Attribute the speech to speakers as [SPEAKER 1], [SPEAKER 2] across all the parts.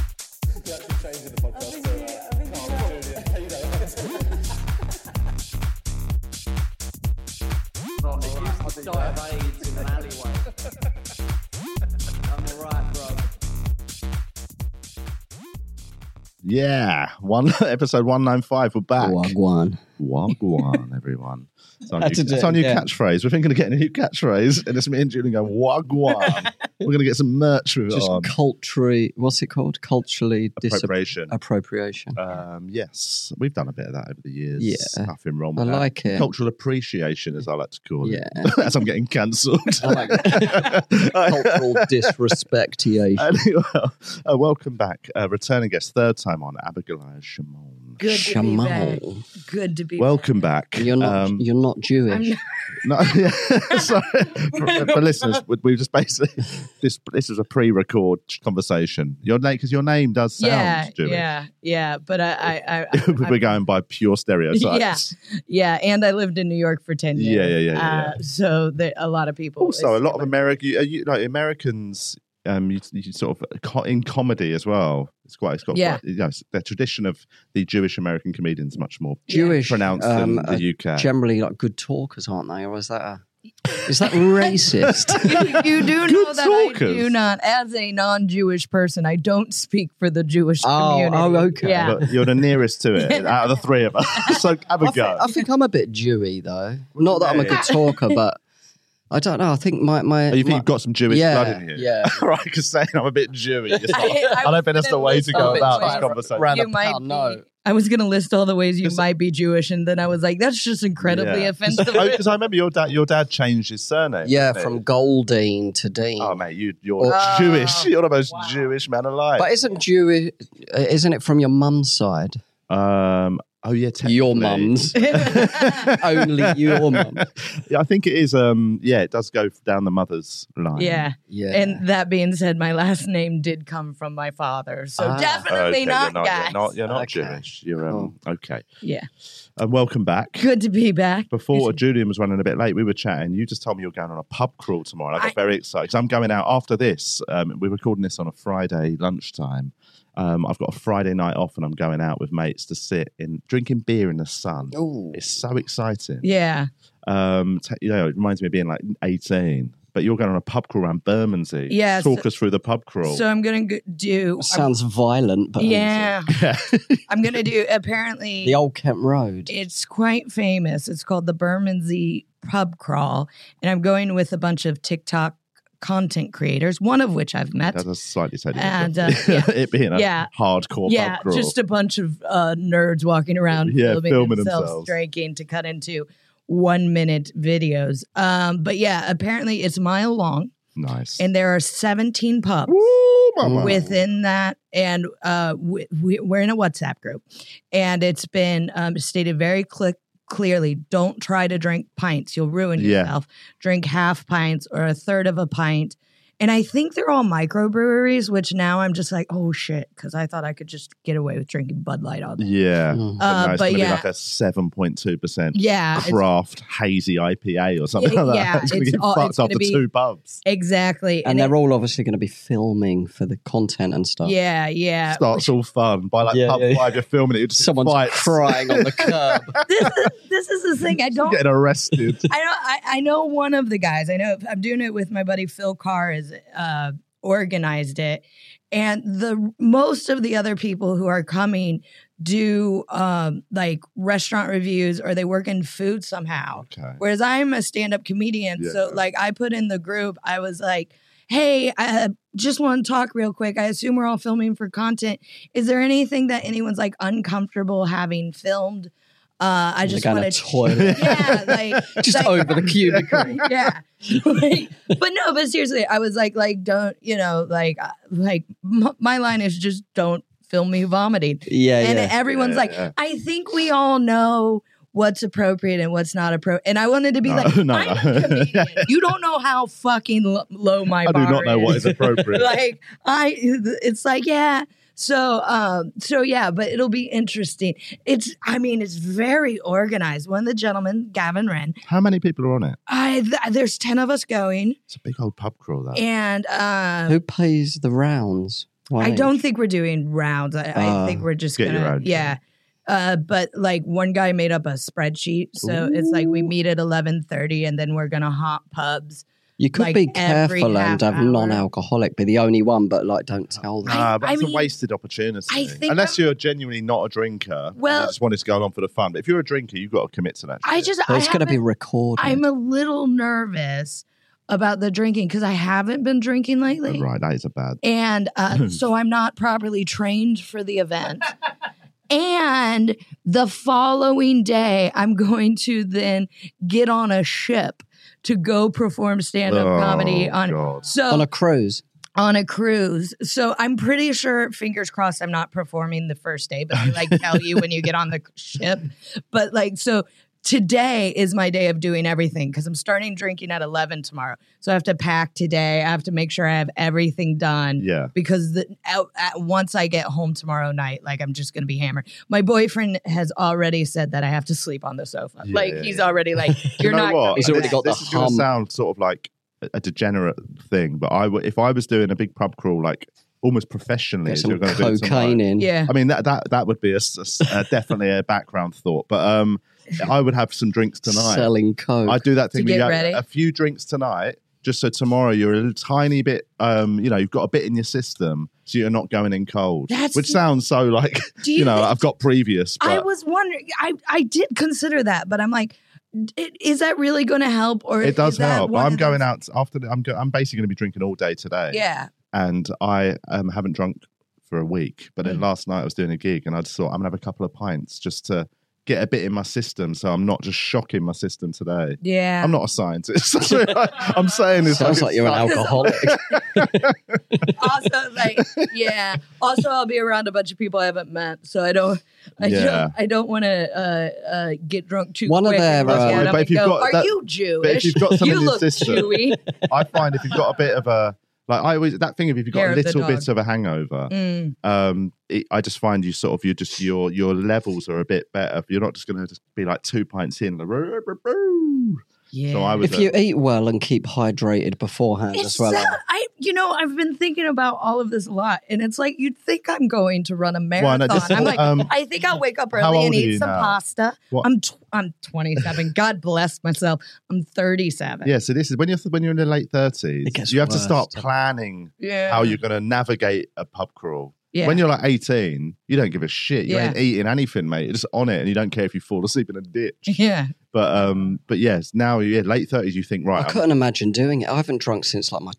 [SPEAKER 1] be actually changing the podcast.
[SPEAKER 2] think
[SPEAKER 1] so,
[SPEAKER 2] you-
[SPEAKER 1] uh,
[SPEAKER 2] I think
[SPEAKER 1] no,
[SPEAKER 2] you
[SPEAKER 1] I'm probably, yeah, you know,
[SPEAKER 3] Not it used to die of AIDS in an alleyway. I'm alright, bro.
[SPEAKER 4] Yeah, one episode one nine five. We're back.
[SPEAKER 5] Wagwan.
[SPEAKER 4] Wagwan, everyone. It's our new,
[SPEAKER 5] Had to do
[SPEAKER 4] it's our
[SPEAKER 5] it,
[SPEAKER 4] new
[SPEAKER 5] yeah.
[SPEAKER 4] catchphrase. We're thinking of getting a new catchphrase, and it's me and Julian going Wagwan. We're going to get some merch with it
[SPEAKER 5] Just
[SPEAKER 4] on.
[SPEAKER 5] culturally, what's it called? Culturally disappropriation.
[SPEAKER 4] Appropriation.
[SPEAKER 5] appropriation.
[SPEAKER 4] Um, yes, we've done a bit of that over the years.
[SPEAKER 5] Yeah.
[SPEAKER 4] nothing wrong
[SPEAKER 5] I
[SPEAKER 4] with that.
[SPEAKER 5] like it.
[SPEAKER 4] Uh, Cultural appreciation, as I like to call it.
[SPEAKER 5] Yeah.
[SPEAKER 4] as I'm getting cancelled.
[SPEAKER 5] I like cultural disrespectiation.
[SPEAKER 4] Anyway, uh, welcome back, uh, returning guest, third time on Abigail Shamon.
[SPEAKER 2] Good to be back.
[SPEAKER 5] Shamal.
[SPEAKER 2] Good to be
[SPEAKER 4] Welcome back.
[SPEAKER 5] You're not.
[SPEAKER 4] Um,
[SPEAKER 5] you're not
[SPEAKER 2] back.
[SPEAKER 5] Jewish.
[SPEAKER 2] I'm-
[SPEAKER 4] No, yeah, sorry. For, for listeners, we, we just basically this this is a pre-record conversation. Your name, because your name does sound
[SPEAKER 2] yeah,
[SPEAKER 4] Jewish.
[SPEAKER 2] yeah, yeah. But I, I, I, I
[SPEAKER 4] We're going by pure stereotypes.
[SPEAKER 2] yeah, and I lived in New York for ten years.
[SPEAKER 4] Yeah, yeah, yeah, yeah,
[SPEAKER 2] Uh, so that a lot of people
[SPEAKER 4] Also, a lot of
[SPEAKER 2] assume
[SPEAKER 4] America, you, you, like Americans, um, you, you sort of co- in comedy as well. It's quite, it's got,
[SPEAKER 2] Yeah.
[SPEAKER 4] quite, you know, it's- the tradition of the Jewish American comedians is much more
[SPEAKER 5] Jewish.
[SPEAKER 4] pronounced
[SPEAKER 5] um,
[SPEAKER 4] than
[SPEAKER 5] are
[SPEAKER 4] the UK.
[SPEAKER 5] Generally, like good talkers, aren't they? Or is that a, is that racist?
[SPEAKER 2] I- you do know
[SPEAKER 4] Good
[SPEAKER 2] that I
[SPEAKER 4] talkers.
[SPEAKER 2] do not, as a non-Jewish person, I don't speak for the Jewish
[SPEAKER 5] Oh,
[SPEAKER 2] community.
[SPEAKER 5] oh, okay.
[SPEAKER 2] Yeah.
[SPEAKER 4] But you're the nearest to it out of the three of us. so have
[SPEAKER 5] I,
[SPEAKER 4] a
[SPEAKER 5] thi-
[SPEAKER 4] go.
[SPEAKER 5] I think I'm a bit Jewy though. Not that I'm a good talker, but I don't know. I think my my.
[SPEAKER 4] Oh, you think
[SPEAKER 5] my-
[SPEAKER 4] you've got some Jewish
[SPEAKER 5] yeah,
[SPEAKER 4] blood in you?
[SPEAKER 5] Yeah.
[SPEAKER 4] right, because saying I'm a bit Jewy. It's not, I,
[SPEAKER 2] I- I
[SPEAKER 4] don't think that's the way to go
[SPEAKER 5] was
[SPEAKER 4] about
[SPEAKER 5] gonna
[SPEAKER 4] this
[SPEAKER 5] say-
[SPEAKER 4] conversation.
[SPEAKER 5] Round
[SPEAKER 2] You
[SPEAKER 5] a
[SPEAKER 2] might
[SPEAKER 5] pound, no.
[SPEAKER 2] be- I was going to list all the ways you
[SPEAKER 4] Just-
[SPEAKER 2] might be Jewish, and then I was like, that's just incredibly
[SPEAKER 4] Yeah.
[SPEAKER 2] offensive.
[SPEAKER 4] Because Oh, I remember your dad. Your dad changed his surname.
[SPEAKER 5] Yeah,
[SPEAKER 4] didn't he?
[SPEAKER 5] from Goldine to Dean.
[SPEAKER 4] Oh mate, you, you're
[SPEAKER 2] Oh,
[SPEAKER 4] Jewish. You're the most
[SPEAKER 2] wow.
[SPEAKER 4] Jewish man alive.
[SPEAKER 5] but isn't Jewish? Isn't it from your mum's side?
[SPEAKER 4] um. Oh yeah, technically.
[SPEAKER 5] Your mum's. Only your mum.
[SPEAKER 4] Yeah, I think it is. Um. Yeah, it does go down the mother's line.
[SPEAKER 2] yeah.
[SPEAKER 5] Yeah.
[SPEAKER 2] And that being said, my last name did come from my father, so
[SPEAKER 5] Ah.
[SPEAKER 2] definitely
[SPEAKER 4] okay,
[SPEAKER 2] not,
[SPEAKER 4] you're not,
[SPEAKER 2] guys.
[SPEAKER 4] you're not, you're not
[SPEAKER 5] Okay. Oh.
[SPEAKER 4] Jewish. You're um, okay.
[SPEAKER 2] Yeah.
[SPEAKER 4] And welcome back.
[SPEAKER 2] Good to be back.
[SPEAKER 4] Before Julian was running a bit late, we were chatting. You just told me you're going on a pub crawl tomorrow. and I got
[SPEAKER 2] I-
[SPEAKER 4] very excited 'cause I'm going out after this. Um, we're recording this on a Friday lunchtime. Um, I've got a Friday night off, and I'm going out with mates to sit in drinking beer in the sun.
[SPEAKER 5] Ooh.
[SPEAKER 4] It's so exciting.
[SPEAKER 2] Yeah.
[SPEAKER 4] Um, t- you know, it reminds me of being like 18. But you're going on a pub crawl around Bermondsey.
[SPEAKER 2] Yeah,
[SPEAKER 4] talk
[SPEAKER 2] so-
[SPEAKER 4] us through the pub crawl.
[SPEAKER 2] So I'm going to do.
[SPEAKER 5] Sounds violent, but
[SPEAKER 2] yeah.
[SPEAKER 4] Yeah.
[SPEAKER 2] I'm going to do. Apparently,
[SPEAKER 5] the old Kent Road.
[SPEAKER 2] It's quite famous. It's called the Bermondsey Pub Crawl, and I'm going with a bunch of TikTok content creators, one of which I've met.
[SPEAKER 4] That's a slightly sad.
[SPEAKER 2] And, uh, yeah.
[SPEAKER 4] it being a
[SPEAKER 2] Yeah.
[SPEAKER 4] hardcore
[SPEAKER 2] Yeah,
[SPEAKER 4] pub crawl.
[SPEAKER 2] just a bunch of uh, nerds walking around
[SPEAKER 4] Yeah,
[SPEAKER 2] filming,
[SPEAKER 4] filming
[SPEAKER 2] themselves,
[SPEAKER 4] themselves.
[SPEAKER 2] drinking to cut into one minute videos. Um, but yeah, apparently it's a mile long,
[SPEAKER 4] nice.
[SPEAKER 2] and there are 17 pubs.
[SPEAKER 4] Woo, mama.
[SPEAKER 2] within that and uh we, we, we're in a whatsapp group and it's been um, stated very cli- clearly don't try to drink pints you'll ruin
[SPEAKER 4] Yeah.
[SPEAKER 2] yourself drink half pints or a third of a pint and i think they're all microbreweries which now i'm just like oh shit because i thought i could just get away with drinking bud light all day
[SPEAKER 4] Yeah.
[SPEAKER 5] Mm.
[SPEAKER 4] But
[SPEAKER 2] uh,
[SPEAKER 4] no, it's
[SPEAKER 2] but
[SPEAKER 4] going to
[SPEAKER 2] yeah
[SPEAKER 4] be like a 7.2%
[SPEAKER 2] yeah it's-
[SPEAKER 4] craft hazy IPA or something
[SPEAKER 2] Yeah,
[SPEAKER 4] like that.
[SPEAKER 2] yeah,
[SPEAKER 4] it's going to
[SPEAKER 2] it's
[SPEAKER 4] get
[SPEAKER 2] all-
[SPEAKER 4] fucked
[SPEAKER 2] it's gonna
[SPEAKER 4] after
[SPEAKER 2] be-
[SPEAKER 4] two pubs.
[SPEAKER 2] exactly
[SPEAKER 5] And
[SPEAKER 2] it-
[SPEAKER 5] they're all obviously going to be filming for the content and stuff.
[SPEAKER 2] yeah yeah
[SPEAKER 4] Starts all fun. By like
[SPEAKER 5] Yeah,
[SPEAKER 4] pub
[SPEAKER 5] yeah, yeah.
[SPEAKER 4] five, you're filming it. You're just
[SPEAKER 5] Someone's
[SPEAKER 4] fights.
[SPEAKER 5] crying on the curb.
[SPEAKER 2] this is, this is the thing i don't
[SPEAKER 4] Getting arrested.
[SPEAKER 2] I know. I, I know one of the guys. I know I'm doing it with my buddy Phil Carr. Is uh, organized it, and the most of the other people who are coming do um, like restaurant reviews or they work in food somehow.
[SPEAKER 4] okay.
[SPEAKER 2] Whereas I'm a stand up comedian.
[SPEAKER 4] Yeah.
[SPEAKER 2] So, like, I put in the group, I was like, hey, I uh, just want to talk real quick. I assume we're all filming for content. Is there anything that anyone's like uncomfortable having filmed? Uh, I
[SPEAKER 5] Like
[SPEAKER 2] just
[SPEAKER 5] on
[SPEAKER 2] want
[SPEAKER 5] a
[SPEAKER 2] to.
[SPEAKER 5] toilet.
[SPEAKER 2] Yeah, like
[SPEAKER 5] Just
[SPEAKER 2] like-
[SPEAKER 5] over the cubicle.
[SPEAKER 2] yeah. Like, but no, but seriously, I was like, like, don't, you know, like, uh, like m- my line is just don't film me vomiting.
[SPEAKER 5] Yeah,
[SPEAKER 2] and
[SPEAKER 5] yeah.
[SPEAKER 2] everyone's
[SPEAKER 4] Yeah,
[SPEAKER 2] like,
[SPEAKER 4] yeah.
[SPEAKER 2] I think we all know what's appropriate and what's not appropriate. And I wanted to be
[SPEAKER 4] No,
[SPEAKER 2] like,
[SPEAKER 4] no, no.
[SPEAKER 2] I'm a comedian. you don't know how fucking lo- low my
[SPEAKER 4] I do
[SPEAKER 2] bar
[SPEAKER 4] not know what
[SPEAKER 2] is
[SPEAKER 4] is appropriate.
[SPEAKER 2] like i it's like yeah so um so yeah but it'll be interesting it's i mean it's very organized one of the gentlemen gavin wren
[SPEAKER 4] How many people are on it?
[SPEAKER 2] i th- there's 10 of us going
[SPEAKER 4] It's a big old pub crawl, that.
[SPEAKER 2] and um
[SPEAKER 5] Who pays the rounds? Why
[SPEAKER 2] I don't think we're doing rounds. I, I
[SPEAKER 5] Ah,
[SPEAKER 2] think we're just
[SPEAKER 4] get your
[SPEAKER 2] gonna
[SPEAKER 4] own,
[SPEAKER 2] yeah. Uh, but like one guy made up a spreadsheet, so it's like we meet at eleven thirty, and then we're gonna hop pubs.
[SPEAKER 5] You could
[SPEAKER 2] like,
[SPEAKER 5] be
[SPEAKER 2] every
[SPEAKER 5] careful and
[SPEAKER 2] half
[SPEAKER 5] have
[SPEAKER 2] hour.
[SPEAKER 5] non-alcoholic be the only one, but like don't tell them.
[SPEAKER 2] I-
[SPEAKER 4] Ah, but
[SPEAKER 2] I
[SPEAKER 4] it's
[SPEAKER 2] mean,
[SPEAKER 4] a wasted opportunity.
[SPEAKER 2] I think
[SPEAKER 4] Unless
[SPEAKER 2] I'm-
[SPEAKER 4] you're genuinely not a drinker, well,
[SPEAKER 2] Well-
[SPEAKER 4] you just wanted to go along for the fun. But if you're a drinker, you've got to commit to that.
[SPEAKER 2] I
[SPEAKER 4] shit.
[SPEAKER 2] just
[SPEAKER 5] But
[SPEAKER 2] I
[SPEAKER 5] it's going to be
[SPEAKER 2] haven't-
[SPEAKER 5] recorded.
[SPEAKER 2] I'm a little nervous about the drinking because I haven't been drinking lately.
[SPEAKER 4] right. That is a bad.
[SPEAKER 2] and uh, so I'm not properly trained for the event. and the following day, I'm going to then get on a ship to go perform stand up
[SPEAKER 4] Oh,
[SPEAKER 2] comedy on.
[SPEAKER 4] God.
[SPEAKER 2] So
[SPEAKER 5] on a cruise.
[SPEAKER 2] on a cruise. So I'm pretty sure, fingers crossed, I'm not performing the first day, but they like tell you when you get on the ship. But like, so today is my day of doing everything because I'm starting drinking at 11 tomorrow. So I have to pack today. I have to make sure I have everything done.
[SPEAKER 4] Yeah.
[SPEAKER 2] Because the, out, at, once I get home tomorrow night, like I'm just gonna be hammered. My boyfriend has already said that I have to sleep on the sofa.
[SPEAKER 4] Yeah,
[SPEAKER 2] like
[SPEAKER 4] yeah,
[SPEAKER 2] he's
[SPEAKER 4] yeah.
[SPEAKER 2] already like,
[SPEAKER 4] You
[SPEAKER 2] you're
[SPEAKER 4] know
[SPEAKER 2] not.
[SPEAKER 4] what?
[SPEAKER 2] going
[SPEAKER 5] He's already
[SPEAKER 2] back."
[SPEAKER 4] this,
[SPEAKER 5] got the
[SPEAKER 4] This is going to
[SPEAKER 5] hum.
[SPEAKER 4] sound sort of like a- a degenerate thing, but I w- if I was doing a big pub crawl, like almost professionally,
[SPEAKER 5] Get
[SPEAKER 4] as you're
[SPEAKER 5] some
[SPEAKER 4] going to do it tonight,
[SPEAKER 5] cocaine in.
[SPEAKER 2] Yeah.
[SPEAKER 4] I mean that that that would be a, s- a s- a- definitely a background thought, but um, I would have some drinks tonight.
[SPEAKER 5] Selling coke.
[SPEAKER 4] I do that thing.
[SPEAKER 2] To
[SPEAKER 4] where you
[SPEAKER 2] get
[SPEAKER 4] have
[SPEAKER 2] ready?
[SPEAKER 4] A few drinks tonight, just so tomorrow you're a little tiny bit. Um, you know, you've got a bit in your system, so you're not going in cold.
[SPEAKER 2] That's-
[SPEAKER 4] which sounds so like
[SPEAKER 2] Do
[SPEAKER 4] you, know
[SPEAKER 2] think-
[SPEAKER 4] I've got previous. But
[SPEAKER 2] I was wondering. I I did consider that, but I'm like, d- is that really going to help? Or
[SPEAKER 4] it does
[SPEAKER 2] is that
[SPEAKER 4] help.
[SPEAKER 2] one
[SPEAKER 4] I'm
[SPEAKER 2] of
[SPEAKER 4] going
[SPEAKER 2] those-
[SPEAKER 4] out after. The, I'm go, I'm basically going to be drinking all day today.
[SPEAKER 2] Yeah,
[SPEAKER 4] and I um, haven't drunk for a week. But then
[SPEAKER 2] Mm.
[SPEAKER 4] last night I was doing a gig, and I just thought I'm gonna have a couple of pints just to get a bit in my system, so I'm not just shocking my system today.
[SPEAKER 2] yeah.
[SPEAKER 4] I'm not a scientist. I'm saying this
[SPEAKER 5] Sounds like you're an
[SPEAKER 4] it's
[SPEAKER 5] alcoholic.
[SPEAKER 2] also, like, yeah. Also, I'll be around a bunch of people I haven't met, so I don't. I
[SPEAKER 4] Yeah.
[SPEAKER 2] don't. I don't want to uh, uh, get drunk too.
[SPEAKER 5] One of
[SPEAKER 2] quick
[SPEAKER 5] their,
[SPEAKER 2] and look
[SPEAKER 5] uh,
[SPEAKER 2] at
[SPEAKER 5] But
[SPEAKER 2] them
[SPEAKER 4] if
[SPEAKER 2] and
[SPEAKER 4] you've
[SPEAKER 2] go,
[SPEAKER 4] got
[SPEAKER 2] Are
[SPEAKER 4] that-
[SPEAKER 2] you
[SPEAKER 4] but if
[SPEAKER 2] Jewish?
[SPEAKER 4] you've got some
[SPEAKER 2] you
[SPEAKER 4] in your
[SPEAKER 2] look
[SPEAKER 4] system,
[SPEAKER 2] Jewy.
[SPEAKER 4] I find if you've got a bit of a like I always that thing if you've got
[SPEAKER 2] Hair
[SPEAKER 4] a
[SPEAKER 2] of the
[SPEAKER 4] little bit
[SPEAKER 2] dog.
[SPEAKER 4] of a hangover,
[SPEAKER 2] Mm,
[SPEAKER 4] um, it, I just find you sort of you just your your levels are a bit better. You're not just gonna just be like two pints in. Like, "Roo, roo, roo."
[SPEAKER 2] yeah.
[SPEAKER 4] So I was
[SPEAKER 5] if you eat well and keep hydrated beforehand
[SPEAKER 2] It's
[SPEAKER 5] as well.
[SPEAKER 2] so- I, you know, I've been thinking about all of this a lot, and it's like you'd think I'm going to run a
[SPEAKER 4] Why not
[SPEAKER 2] marathon.
[SPEAKER 4] just-
[SPEAKER 2] I'm like,
[SPEAKER 4] um,
[SPEAKER 2] I think I'll wake up
[SPEAKER 4] How
[SPEAKER 2] early
[SPEAKER 4] old
[SPEAKER 2] and
[SPEAKER 4] are you
[SPEAKER 2] eat some
[SPEAKER 4] now?
[SPEAKER 2] pasta.
[SPEAKER 4] What-
[SPEAKER 2] I'm tw- I'm 27. God bless myself. I'm 37.
[SPEAKER 4] Yeah, so this is when you're when you're in the late
[SPEAKER 5] It
[SPEAKER 4] thirties,
[SPEAKER 5] gets
[SPEAKER 4] you have to
[SPEAKER 5] worse,
[SPEAKER 4] start
[SPEAKER 5] doesn't it?
[SPEAKER 4] planning
[SPEAKER 2] Yeah.
[SPEAKER 4] how you're going to navigate a pub crawl.
[SPEAKER 2] Yeah.
[SPEAKER 4] When you're like 18, you don't give a shit. You
[SPEAKER 2] Yeah.
[SPEAKER 4] ain't eating anything, mate. You're just on it, and you don't care if you fall asleep in a ditch.
[SPEAKER 2] yeah.
[SPEAKER 4] but um, but yes, now yeah, late 30s, you think
[SPEAKER 5] I
[SPEAKER 4] right. I'm-
[SPEAKER 5] couldn't imagine doing it. I haven't drunk since like my
[SPEAKER 4] but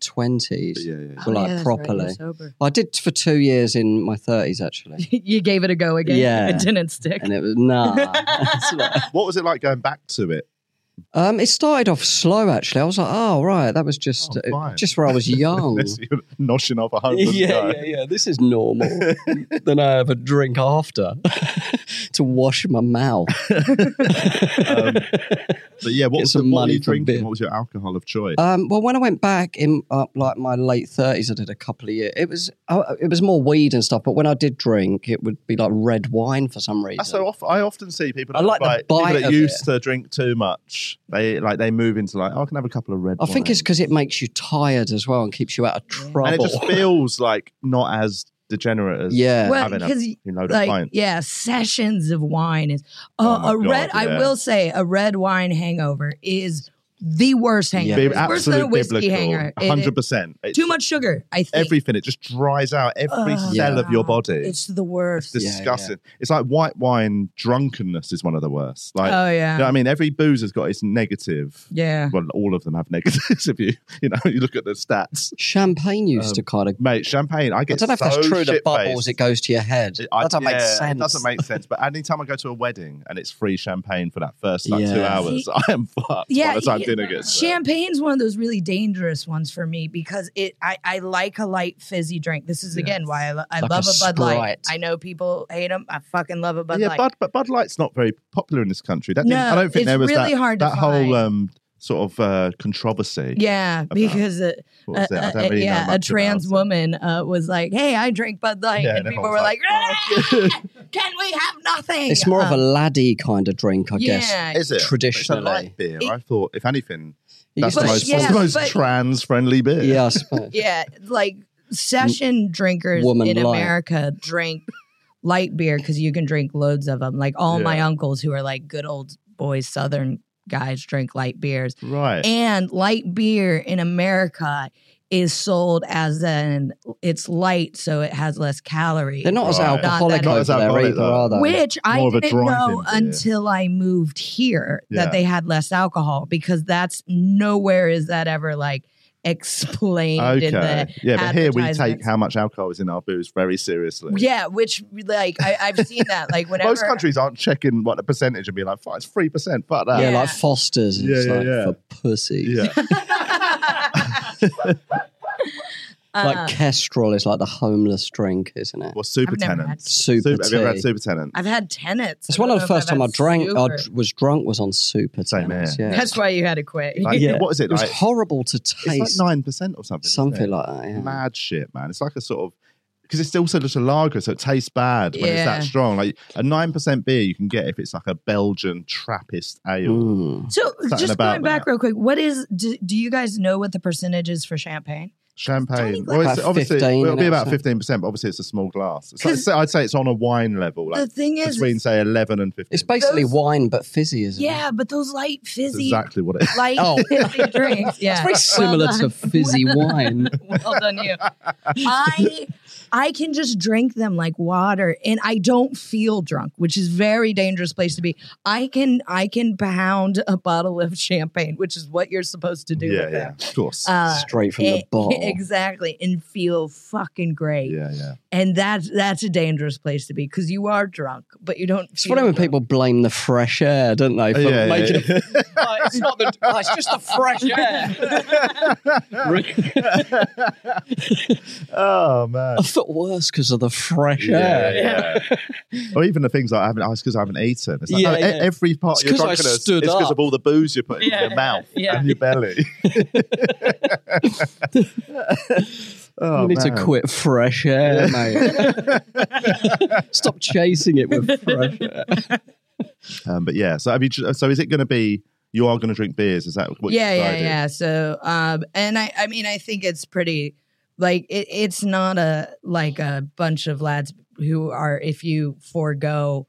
[SPEAKER 5] twenties.
[SPEAKER 4] yeah, yeah.
[SPEAKER 5] So, like,
[SPEAKER 2] Oh, that's right,
[SPEAKER 5] properly.
[SPEAKER 2] you're sober.
[SPEAKER 5] I did for two years in my thirties actually,
[SPEAKER 2] you gave it a go again.
[SPEAKER 5] Yeah.
[SPEAKER 2] It didn't stick.
[SPEAKER 5] and it was nah. It's like-
[SPEAKER 4] What was it like going back to it?
[SPEAKER 5] Um, it started off slow actually. I was like, oh right, that was just
[SPEAKER 4] Oh, fine.
[SPEAKER 5] just where I was young.
[SPEAKER 4] Unless you're noshing off a hundred.
[SPEAKER 5] Oh. yeah, yeah, yeah. This is normal. then I have a drink after to wash my mouth.
[SPEAKER 4] Um, But yeah, what
[SPEAKER 5] Get
[SPEAKER 4] was the,
[SPEAKER 5] some
[SPEAKER 4] what were
[SPEAKER 5] money
[SPEAKER 4] you
[SPEAKER 5] for
[SPEAKER 4] drinking?
[SPEAKER 5] beer.
[SPEAKER 4] What was your alcohol of choice?
[SPEAKER 5] Um, well, when I went back in uh, like my late thirties, I did a couple of years. It was uh, it was more weed and stuff, but when I did drink, it would be like red wine for some reason.
[SPEAKER 4] That's so off, I often see people.
[SPEAKER 5] I
[SPEAKER 4] that,
[SPEAKER 5] like the
[SPEAKER 4] people
[SPEAKER 5] bite
[SPEAKER 4] that
[SPEAKER 5] of
[SPEAKER 4] used to drink too much. They like they move into like oh, I can have a couple of red.
[SPEAKER 5] I think it's
[SPEAKER 4] wines."
[SPEAKER 5] because it makes you tired as well and keeps you out of trouble.
[SPEAKER 4] and it just feels like not as degenerate as
[SPEAKER 5] yeah.
[SPEAKER 2] Well,
[SPEAKER 4] having a
[SPEAKER 2] because
[SPEAKER 4] you know,
[SPEAKER 2] like
[SPEAKER 4] pint.
[SPEAKER 2] yeah, sessions of wine is
[SPEAKER 4] Oh
[SPEAKER 2] uh,
[SPEAKER 4] my
[SPEAKER 2] a
[SPEAKER 4] God,
[SPEAKER 2] red. I
[SPEAKER 4] yeah.
[SPEAKER 2] will say a red wine hangover is the worst hangover.
[SPEAKER 5] Be
[SPEAKER 2] It's worse than a
[SPEAKER 4] absolute
[SPEAKER 2] whiskey
[SPEAKER 4] biblical,
[SPEAKER 2] hangover. It is-
[SPEAKER 4] hundred percent.
[SPEAKER 2] Too much sugar. I think
[SPEAKER 4] Everything it just dries out every
[SPEAKER 2] Ugh.
[SPEAKER 4] cell of your body.
[SPEAKER 2] it's
[SPEAKER 4] It's
[SPEAKER 2] the worst.
[SPEAKER 5] Yeah, yeah.
[SPEAKER 4] disgusting. It's like white wine drunkenness is one of the worst. Like,
[SPEAKER 2] oh
[SPEAKER 4] you know what
[SPEAKER 2] yeah,
[SPEAKER 4] I mean, every booze has got its negative.
[SPEAKER 2] yeah.
[SPEAKER 4] Well, all of them have negatives. If you you know you look at the stats,
[SPEAKER 5] Champagne used
[SPEAKER 4] Um,
[SPEAKER 5] to kind of.
[SPEAKER 4] mate, champagne. I
[SPEAKER 5] I
[SPEAKER 4] get.
[SPEAKER 5] don't know if
[SPEAKER 4] so
[SPEAKER 5] that's true. The
[SPEAKER 4] shit-faced.
[SPEAKER 5] bubbles it goes to your head.
[SPEAKER 4] I-
[SPEAKER 5] that doesn't make
[SPEAKER 4] yeah,
[SPEAKER 5] sense.
[SPEAKER 4] It doesn't make sense. But anytime I go to a wedding and it's free champagne for that first like two
[SPEAKER 5] Yeah.
[SPEAKER 4] hours, I am fucked.
[SPEAKER 2] Yeah,
[SPEAKER 4] by the time
[SPEAKER 2] yeah.
[SPEAKER 4] dinner gets there.
[SPEAKER 2] Champagne's one of those really dangerous ones for me because it. I, I like a light fizzy drink. This is again why I, lo- I
[SPEAKER 5] Like a
[SPEAKER 2] love a, Bud Light.
[SPEAKER 5] Sprite.
[SPEAKER 2] I know people hate them. I fucking love a Bud
[SPEAKER 4] yeah,
[SPEAKER 2] Light.
[SPEAKER 4] Bud, but Bud Light's not very popular in this country. That didn't- I
[SPEAKER 2] No,
[SPEAKER 4] don't think
[SPEAKER 2] it's
[SPEAKER 4] there was
[SPEAKER 2] really
[SPEAKER 4] that,
[SPEAKER 2] hard to
[SPEAKER 4] that whole
[SPEAKER 2] find.
[SPEAKER 4] um, sort of uh, controversy.
[SPEAKER 2] yeah, because uh,
[SPEAKER 4] What was
[SPEAKER 2] uh,
[SPEAKER 4] it? I
[SPEAKER 2] uh,
[SPEAKER 4] don't really know
[SPEAKER 2] yeah,
[SPEAKER 4] much
[SPEAKER 2] a trans
[SPEAKER 4] about it.
[SPEAKER 2] woman uh, was like, "Hey, I drink Bud Light,"
[SPEAKER 4] Yeah,
[SPEAKER 2] and
[SPEAKER 4] and
[SPEAKER 2] people
[SPEAKER 4] everyone
[SPEAKER 2] were
[SPEAKER 4] was
[SPEAKER 2] like,
[SPEAKER 4] like,
[SPEAKER 2] "Ah, "Can we have nothing?"
[SPEAKER 5] It's more of a
[SPEAKER 2] Um,
[SPEAKER 5] laddie kind of drink, I guess.
[SPEAKER 2] yeah.
[SPEAKER 4] Is it
[SPEAKER 5] Traditionally.
[SPEAKER 4] It's a light beer? I thought, if anything,
[SPEAKER 5] It
[SPEAKER 4] that's
[SPEAKER 5] used
[SPEAKER 4] the
[SPEAKER 5] to
[SPEAKER 2] But
[SPEAKER 4] most,
[SPEAKER 5] be-
[SPEAKER 2] yeah,
[SPEAKER 4] that's the most
[SPEAKER 2] but-
[SPEAKER 4] trans-friendly beer.
[SPEAKER 5] yeah, I suppose.
[SPEAKER 2] Yeah, like session drinkers
[SPEAKER 5] Woman
[SPEAKER 2] in
[SPEAKER 5] light.
[SPEAKER 2] America drink light beer because you can drink loads of them. Like all my uncles who are like good old boys, Southern guys drink light beers.
[SPEAKER 4] Right.
[SPEAKER 2] And light beer in America is sold as an it's light, so it has less calories.
[SPEAKER 5] They're not as
[SPEAKER 4] Right.
[SPEAKER 5] alcoholic
[SPEAKER 2] Not
[SPEAKER 5] over
[SPEAKER 4] as
[SPEAKER 5] there
[SPEAKER 4] alcoholic,
[SPEAKER 5] either, are they?
[SPEAKER 2] Which I
[SPEAKER 4] More of a
[SPEAKER 2] didn't know
[SPEAKER 4] driving beer.
[SPEAKER 2] until I moved here
[SPEAKER 4] Yeah.
[SPEAKER 2] that they had less alcohol because that's nowhere is that ever like explained in the
[SPEAKER 4] Okay. Yeah, but here we take
[SPEAKER 2] advertisements.
[SPEAKER 4] how much alcohol is in our booze very seriously.
[SPEAKER 2] yeah, which like I, I've seen that like whenever
[SPEAKER 4] Most countries aren't checking what the percentage and be like, "Fuck, it's three percent. Fuck that.
[SPEAKER 5] yeah,
[SPEAKER 2] Yeah.
[SPEAKER 5] like Foster's. It's
[SPEAKER 4] Yeah, yeah,
[SPEAKER 5] like
[SPEAKER 4] yeah.
[SPEAKER 5] for pussies.
[SPEAKER 4] Yeah.
[SPEAKER 5] Like
[SPEAKER 2] Uh,
[SPEAKER 5] Kestrel is like the homeless drink, isn't it?
[SPEAKER 4] Well, super
[SPEAKER 2] I've never had
[SPEAKER 4] tenant.
[SPEAKER 5] Super,
[SPEAKER 4] Have you ever had
[SPEAKER 5] tea.
[SPEAKER 4] super tenant?
[SPEAKER 2] I've had tenants.
[SPEAKER 5] It's one of the first time I drank. I dr- was drunk. Was on super
[SPEAKER 4] Same
[SPEAKER 5] tennis.
[SPEAKER 4] here.
[SPEAKER 5] Yeah,
[SPEAKER 2] That's why you had to quit.
[SPEAKER 4] Like,
[SPEAKER 5] Yeah.
[SPEAKER 4] What is it
[SPEAKER 5] it was
[SPEAKER 4] like?
[SPEAKER 5] horrible to
[SPEAKER 4] It's
[SPEAKER 5] taste.
[SPEAKER 4] like nine percent or something. isn't
[SPEAKER 5] something
[SPEAKER 4] it?
[SPEAKER 5] like that. Yeah.
[SPEAKER 4] mad shit, man. It's like a sort of because it's also just a lager, so it tastes bad when it's
[SPEAKER 2] Yeah.
[SPEAKER 4] that strong. Like a nine percent beer you can get if it's like a Belgian Trappist ale.
[SPEAKER 5] Mm.
[SPEAKER 2] So
[SPEAKER 4] Something
[SPEAKER 2] just
[SPEAKER 4] about
[SPEAKER 2] going back
[SPEAKER 4] that.
[SPEAKER 2] real quick, what is do, do you guys know what the percentage is for champagne? Tiny
[SPEAKER 4] Champagne.
[SPEAKER 2] glass.
[SPEAKER 4] Well, it's,
[SPEAKER 5] About
[SPEAKER 4] obviously,
[SPEAKER 5] 15,
[SPEAKER 4] it'll be
[SPEAKER 5] isn't it,
[SPEAKER 4] about
[SPEAKER 5] so?
[SPEAKER 4] fifteen percent, but obviously it's a small glass. It's like-
[SPEAKER 2] 'Cause-
[SPEAKER 4] so I'd say it's on a wine level,
[SPEAKER 2] the
[SPEAKER 4] like
[SPEAKER 2] thing is,
[SPEAKER 4] between say eleven and fifteen.
[SPEAKER 5] It's basically
[SPEAKER 2] Those-
[SPEAKER 5] wine but fizzy, isn't it?
[SPEAKER 2] yeah, but those light
[SPEAKER 4] That's
[SPEAKER 2] fizzy,
[SPEAKER 4] exactly what it is.
[SPEAKER 2] light
[SPEAKER 5] Oh.
[SPEAKER 2] fizzy drinks, yeah,
[SPEAKER 5] It's very similar to fizzy wine.
[SPEAKER 2] well done you. I I can just drink them like water and I don't feel drunk, which is very dangerous place to be. I can I can pound a bottle of champagne, which is what you're supposed to do
[SPEAKER 4] yeah,
[SPEAKER 2] with
[SPEAKER 4] yeah,
[SPEAKER 2] that.
[SPEAKER 4] of course.
[SPEAKER 2] Uh,
[SPEAKER 5] Straight from the
[SPEAKER 2] it-
[SPEAKER 5] bottle.
[SPEAKER 2] Exactly. And feel fucking great.
[SPEAKER 4] yeah, yeah.
[SPEAKER 2] And that's that's a dangerous place to be because you are drunk, but you don't
[SPEAKER 5] It's
[SPEAKER 2] feel
[SPEAKER 5] funny when
[SPEAKER 2] drunk.
[SPEAKER 5] people blame the fresh air, don't they? For
[SPEAKER 4] yeah,
[SPEAKER 5] making
[SPEAKER 4] yeah,
[SPEAKER 5] it- Like, it's not the. like, it's just the fresh
[SPEAKER 4] yeah. oh man.
[SPEAKER 5] I felt worse because of the fresh
[SPEAKER 4] Yeah,
[SPEAKER 5] air.
[SPEAKER 4] yeah. or even the things like I haven't, oh, it's because I haven't eaten. It's like,
[SPEAKER 5] Yeah,
[SPEAKER 4] no, e-
[SPEAKER 5] yeah.
[SPEAKER 4] every part
[SPEAKER 5] It's
[SPEAKER 4] of your
[SPEAKER 5] 'cause I
[SPEAKER 4] drunkenness is
[SPEAKER 5] stood
[SPEAKER 4] because
[SPEAKER 5] up.
[SPEAKER 4] of all the booze you put in your mouth and your belly. oh,
[SPEAKER 5] you need
[SPEAKER 4] man.
[SPEAKER 5] to quit fresh air, mate. Stop chasing it with fresh air.
[SPEAKER 4] Um, but yeah, so have you, so is it going to be, you are going to drink beers? Is that what
[SPEAKER 2] yeah
[SPEAKER 4] you
[SPEAKER 2] yeah
[SPEAKER 4] decided?
[SPEAKER 2] yeah so um and i i mean i think it's pretty like it, it's not a like a bunch of lads who are if you forego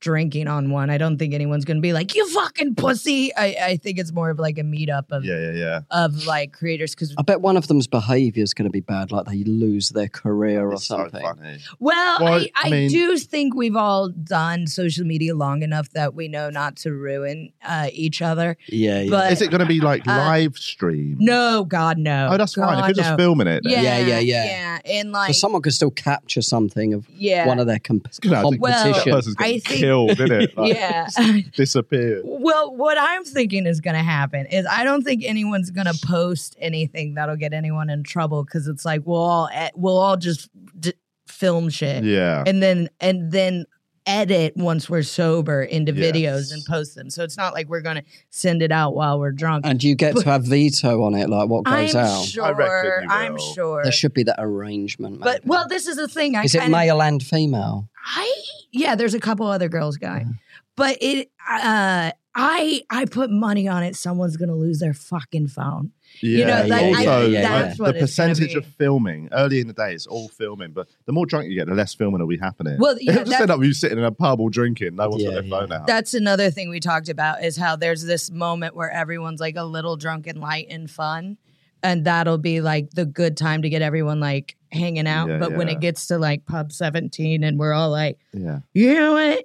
[SPEAKER 2] drinking on one i don't think anyone's gonna be like you fucking pussy i i think it's more of like a meetup of
[SPEAKER 4] Yeah, Uh, yeah, yeah.
[SPEAKER 2] of like creators because
[SPEAKER 5] I bet one of them's behaviour is going to be bad, like they lose their career or
[SPEAKER 4] It's so
[SPEAKER 5] something.
[SPEAKER 4] funny.
[SPEAKER 2] well,
[SPEAKER 4] Well,
[SPEAKER 2] I, I,
[SPEAKER 4] I mean-
[SPEAKER 2] do think we've all done social media long enough that we know not to ruin uh, each other
[SPEAKER 5] yeah, yeah.
[SPEAKER 2] But-
[SPEAKER 4] Is it going to be like
[SPEAKER 2] Uh,
[SPEAKER 4] live stream?
[SPEAKER 2] no god no
[SPEAKER 4] Oh, that's fine. If
[SPEAKER 2] God,
[SPEAKER 4] you're just
[SPEAKER 2] no.
[SPEAKER 4] filming it, then.
[SPEAKER 2] yeah,
[SPEAKER 5] Yeah, yeah, yeah.
[SPEAKER 2] yeah and like
[SPEAKER 5] Because someone could still capture something of
[SPEAKER 2] yeah
[SPEAKER 5] one of their comp-
[SPEAKER 4] gonna have to- that
[SPEAKER 5] competition.
[SPEAKER 2] Well,
[SPEAKER 4] person's
[SPEAKER 2] I
[SPEAKER 4] getting
[SPEAKER 2] think-
[SPEAKER 4] killed, isn't it? Like,
[SPEAKER 2] yeah.
[SPEAKER 4] disappeared.
[SPEAKER 2] well, what I'm thinking is going to happen is I don't think anyone's going to post anything that'll get anyone in trouble because it's like we'll all e- we'll all just d- film shit
[SPEAKER 4] Yeah.
[SPEAKER 2] and then and then edit once we're sober into
[SPEAKER 4] Yes.
[SPEAKER 2] videos and post them. So it's not like we're going to send it out while we're drunk.
[SPEAKER 5] and you get to have veto on it, like what goes
[SPEAKER 2] I'm
[SPEAKER 5] out.
[SPEAKER 4] I reckon
[SPEAKER 2] sure.
[SPEAKER 4] you
[SPEAKER 2] I'm
[SPEAKER 4] will.
[SPEAKER 2] sure.
[SPEAKER 5] There should be that arrangement. Maybe.
[SPEAKER 2] But well, this is the thing. I
[SPEAKER 5] is it
[SPEAKER 2] kinda-
[SPEAKER 5] male and female?
[SPEAKER 2] I yeah, there's a couple other girls guy,
[SPEAKER 4] Mm-hmm.
[SPEAKER 2] but it uh I I put money on it. Someone's gonna lose their fucking phone. You know,
[SPEAKER 5] Yeah,
[SPEAKER 2] like,
[SPEAKER 5] yeah,
[SPEAKER 2] I,
[SPEAKER 4] also,
[SPEAKER 5] yeah,
[SPEAKER 4] like,
[SPEAKER 2] that's what
[SPEAKER 4] the
[SPEAKER 2] it's gonna
[SPEAKER 4] percentage
[SPEAKER 2] be.
[SPEAKER 4] of filming early in the day is all filming, but the more drunk you get, the less filming will be happening.
[SPEAKER 2] Well, yeah,
[SPEAKER 4] It'll just
[SPEAKER 2] that's-
[SPEAKER 4] end up you sitting in a pub all drinking. No one's
[SPEAKER 5] Yeah,
[SPEAKER 4] got their
[SPEAKER 5] yeah.
[SPEAKER 4] phone out.
[SPEAKER 2] That's another thing we talked about is how there's this moment where everyone's like a little drunk and light and fun, and that'll be like the good time to get everyone like hanging out.
[SPEAKER 4] Yeah,
[SPEAKER 2] but when
[SPEAKER 4] yeah.
[SPEAKER 2] it gets to like pub 17 and we're all like,
[SPEAKER 4] yeah,
[SPEAKER 2] you know what?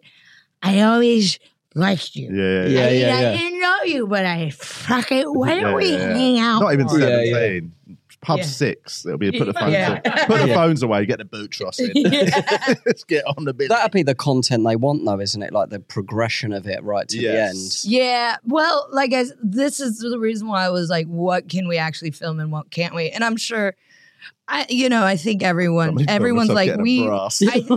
[SPEAKER 2] I always liked you.
[SPEAKER 4] yeah,
[SPEAKER 2] I
[SPEAKER 4] yeah. yeah.
[SPEAKER 5] Yeah.
[SPEAKER 2] mean, I didn't know you, but I fucking why don't
[SPEAKER 4] Yeah,
[SPEAKER 2] we
[SPEAKER 4] yeah, yeah.
[SPEAKER 2] hang out?
[SPEAKER 4] Not even
[SPEAKER 2] more?
[SPEAKER 5] Yeah, yeah.
[SPEAKER 4] seventeen. Pub
[SPEAKER 2] Oh, Yeah.
[SPEAKER 4] six. It'll be put the phones.
[SPEAKER 2] Yeah.
[SPEAKER 4] in- Put the
[SPEAKER 5] Yeah.
[SPEAKER 4] phones away. Get the boot truss in.
[SPEAKER 2] Yeah.
[SPEAKER 4] Let's get on the bit.
[SPEAKER 5] That'd be the content they want, though, isn't it? Like the progression of it right to
[SPEAKER 4] Yes.
[SPEAKER 5] the end.
[SPEAKER 2] Yeah. Well, like I, s- this is the reason why I was like, what can we actually film and what can't we? And I'm sure, I, you know, I think everyone, everyone's like, we, I,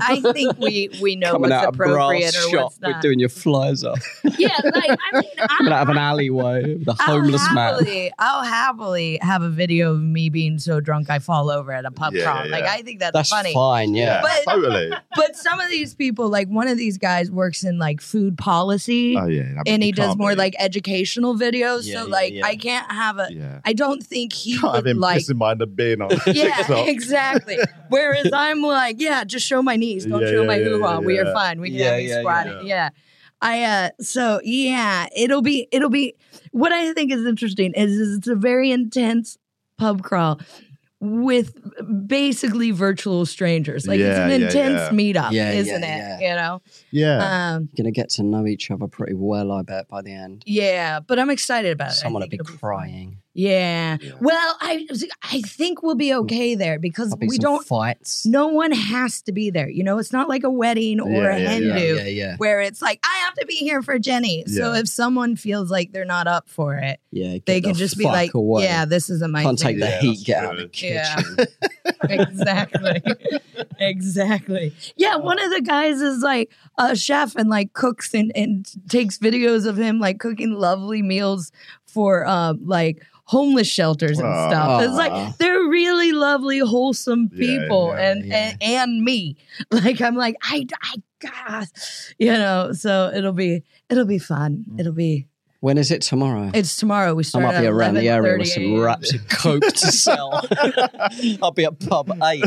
[SPEAKER 2] I think we, we know what's appropriate or what's
[SPEAKER 5] we're
[SPEAKER 2] not.
[SPEAKER 5] doing your flyers up.
[SPEAKER 2] yeah. Like, I mean,
[SPEAKER 5] Coming out
[SPEAKER 2] I,
[SPEAKER 5] of an alleyway with a
[SPEAKER 2] Oh,
[SPEAKER 5] homeless
[SPEAKER 2] I'll
[SPEAKER 5] man.
[SPEAKER 2] happily, I'll happily have a video of me being so drunk I fall over at a pub
[SPEAKER 4] Yeah,
[SPEAKER 2] crawl.
[SPEAKER 4] yeah,
[SPEAKER 2] Like,
[SPEAKER 4] yeah.
[SPEAKER 2] I think that's,
[SPEAKER 5] That's
[SPEAKER 2] funny.
[SPEAKER 5] fine, yeah.
[SPEAKER 2] But-
[SPEAKER 4] totally. Oh,
[SPEAKER 2] But some of these people, like one of these guys works in like food policy.
[SPEAKER 4] Oh yeah. I mean,
[SPEAKER 2] and he
[SPEAKER 4] you
[SPEAKER 2] does
[SPEAKER 4] can't
[SPEAKER 2] more
[SPEAKER 4] be-
[SPEAKER 2] like educational videos.
[SPEAKER 5] Yeah,
[SPEAKER 2] so
[SPEAKER 5] yeah,
[SPEAKER 2] like
[SPEAKER 5] yeah.
[SPEAKER 2] I can't have a.
[SPEAKER 4] Yeah.
[SPEAKER 2] I don't think he
[SPEAKER 4] Can't have
[SPEAKER 2] would
[SPEAKER 4] him
[SPEAKER 2] like.
[SPEAKER 4] pissing behind the bin on
[SPEAKER 2] Yeah, yeah,
[SPEAKER 4] sock.
[SPEAKER 2] exactly. Whereas I'm like, yeah, just show my knees, don't
[SPEAKER 4] Yeah,
[SPEAKER 2] show
[SPEAKER 4] yeah,
[SPEAKER 2] my
[SPEAKER 4] yeah,
[SPEAKER 2] hoo ha. We
[SPEAKER 4] yeah.
[SPEAKER 2] are fine. We can
[SPEAKER 5] Yeah,
[SPEAKER 2] have you
[SPEAKER 5] yeah,
[SPEAKER 2] squatted. Yeah. I uh so yeah, it'll be it'll be what I think is interesting is, is it's a very intense pub crawl with basically virtual strangers. Like
[SPEAKER 4] Yeah,
[SPEAKER 2] it's an
[SPEAKER 4] yeah,
[SPEAKER 2] intense
[SPEAKER 4] yeah.
[SPEAKER 2] meetup,
[SPEAKER 5] Yeah,
[SPEAKER 2] isn't
[SPEAKER 5] yeah,
[SPEAKER 2] it? You know?
[SPEAKER 4] Yeah.
[SPEAKER 2] Um
[SPEAKER 5] You're going to get to know each other pretty well, I bet, by the end.
[SPEAKER 2] yeah, but I'm excited about it. I
[SPEAKER 5] Someone will
[SPEAKER 2] think
[SPEAKER 5] be
[SPEAKER 2] it'll fun.
[SPEAKER 5] crying.
[SPEAKER 2] Yeah.
[SPEAKER 1] Yeah.
[SPEAKER 2] Well, I I think we'll be okay there because
[SPEAKER 5] There'll be
[SPEAKER 2] we
[SPEAKER 5] some
[SPEAKER 2] don't
[SPEAKER 5] fights.
[SPEAKER 2] no one has to be there. You know, it's not like a wedding or
[SPEAKER 4] Yeah,
[SPEAKER 2] a
[SPEAKER 4] yeah,
[SPEAKER 5] yeah,
[SPEAKER 2] Hindu
[SPEAKER 5] yeah, yeah,
[SPEAKER 2] where it's like, I have to be here for Jenny. So
[SPEAKER 4] Yeah.
[SPEAKER 2] if someone feels like they're not up for it,
[SPEAKER 5] yeah. get
[SPEAKER 2] they
[SPEAKER 5] the
[SPEAKER 2] can just be
[SPEAKER 5] fuck
[SPEAKER 2] like,
[SPEAKER 5] away.
[SPEAKER 2] yeah, this isn't my
[SPEAKER 5] can't
[SPEAKER 2] thing.
[SPEAKER 5] take the
[SPEAKER 4] Yeah,
[SPEAKER 5] heat. Get out of the kitchen.
[SPEAKER 2] Yeah. exactly. exactly. Yeah, one of the guys is like a chef and like cooks and, and takes videos of him like cooking lovely meals for um like homeless shelters and
[SPEAKER 4] Aw.
[SPEAKER 2] stuff. It's
[SPEAKER 5] Aw.
[SPEAKER 2] like they're really lovely, wholesome
[SPEAKER 4] Yeah,
[SPEAKER 2] people
[SPEAKER 4] yeah,
[SPEAKER 2] and,
[SPEAKER 5] yeah.
[SPEAKER 2] and and me. Like I'm like, I I God, you know, so it'll be it'll be fun.
[SPEAKER 5] Mm.
[SPEAKER 2] It'll be
[SPEAKER 5] When is it tomorrow?
[SPEAKER 2] it's tomorrow. We
[SPEAKER 5] I
[SPEAKER 2] start
[SPEAKER 5] might be
[SPEAKER 2] at
[SPEAKER 5] around the area with
[SPEAKER 2] 11:30
[SPEAKER 5] some
[SPEAKER 2] a.m.
[SPEAKER 5] wraps of coke to sell. I'll be at pub eight.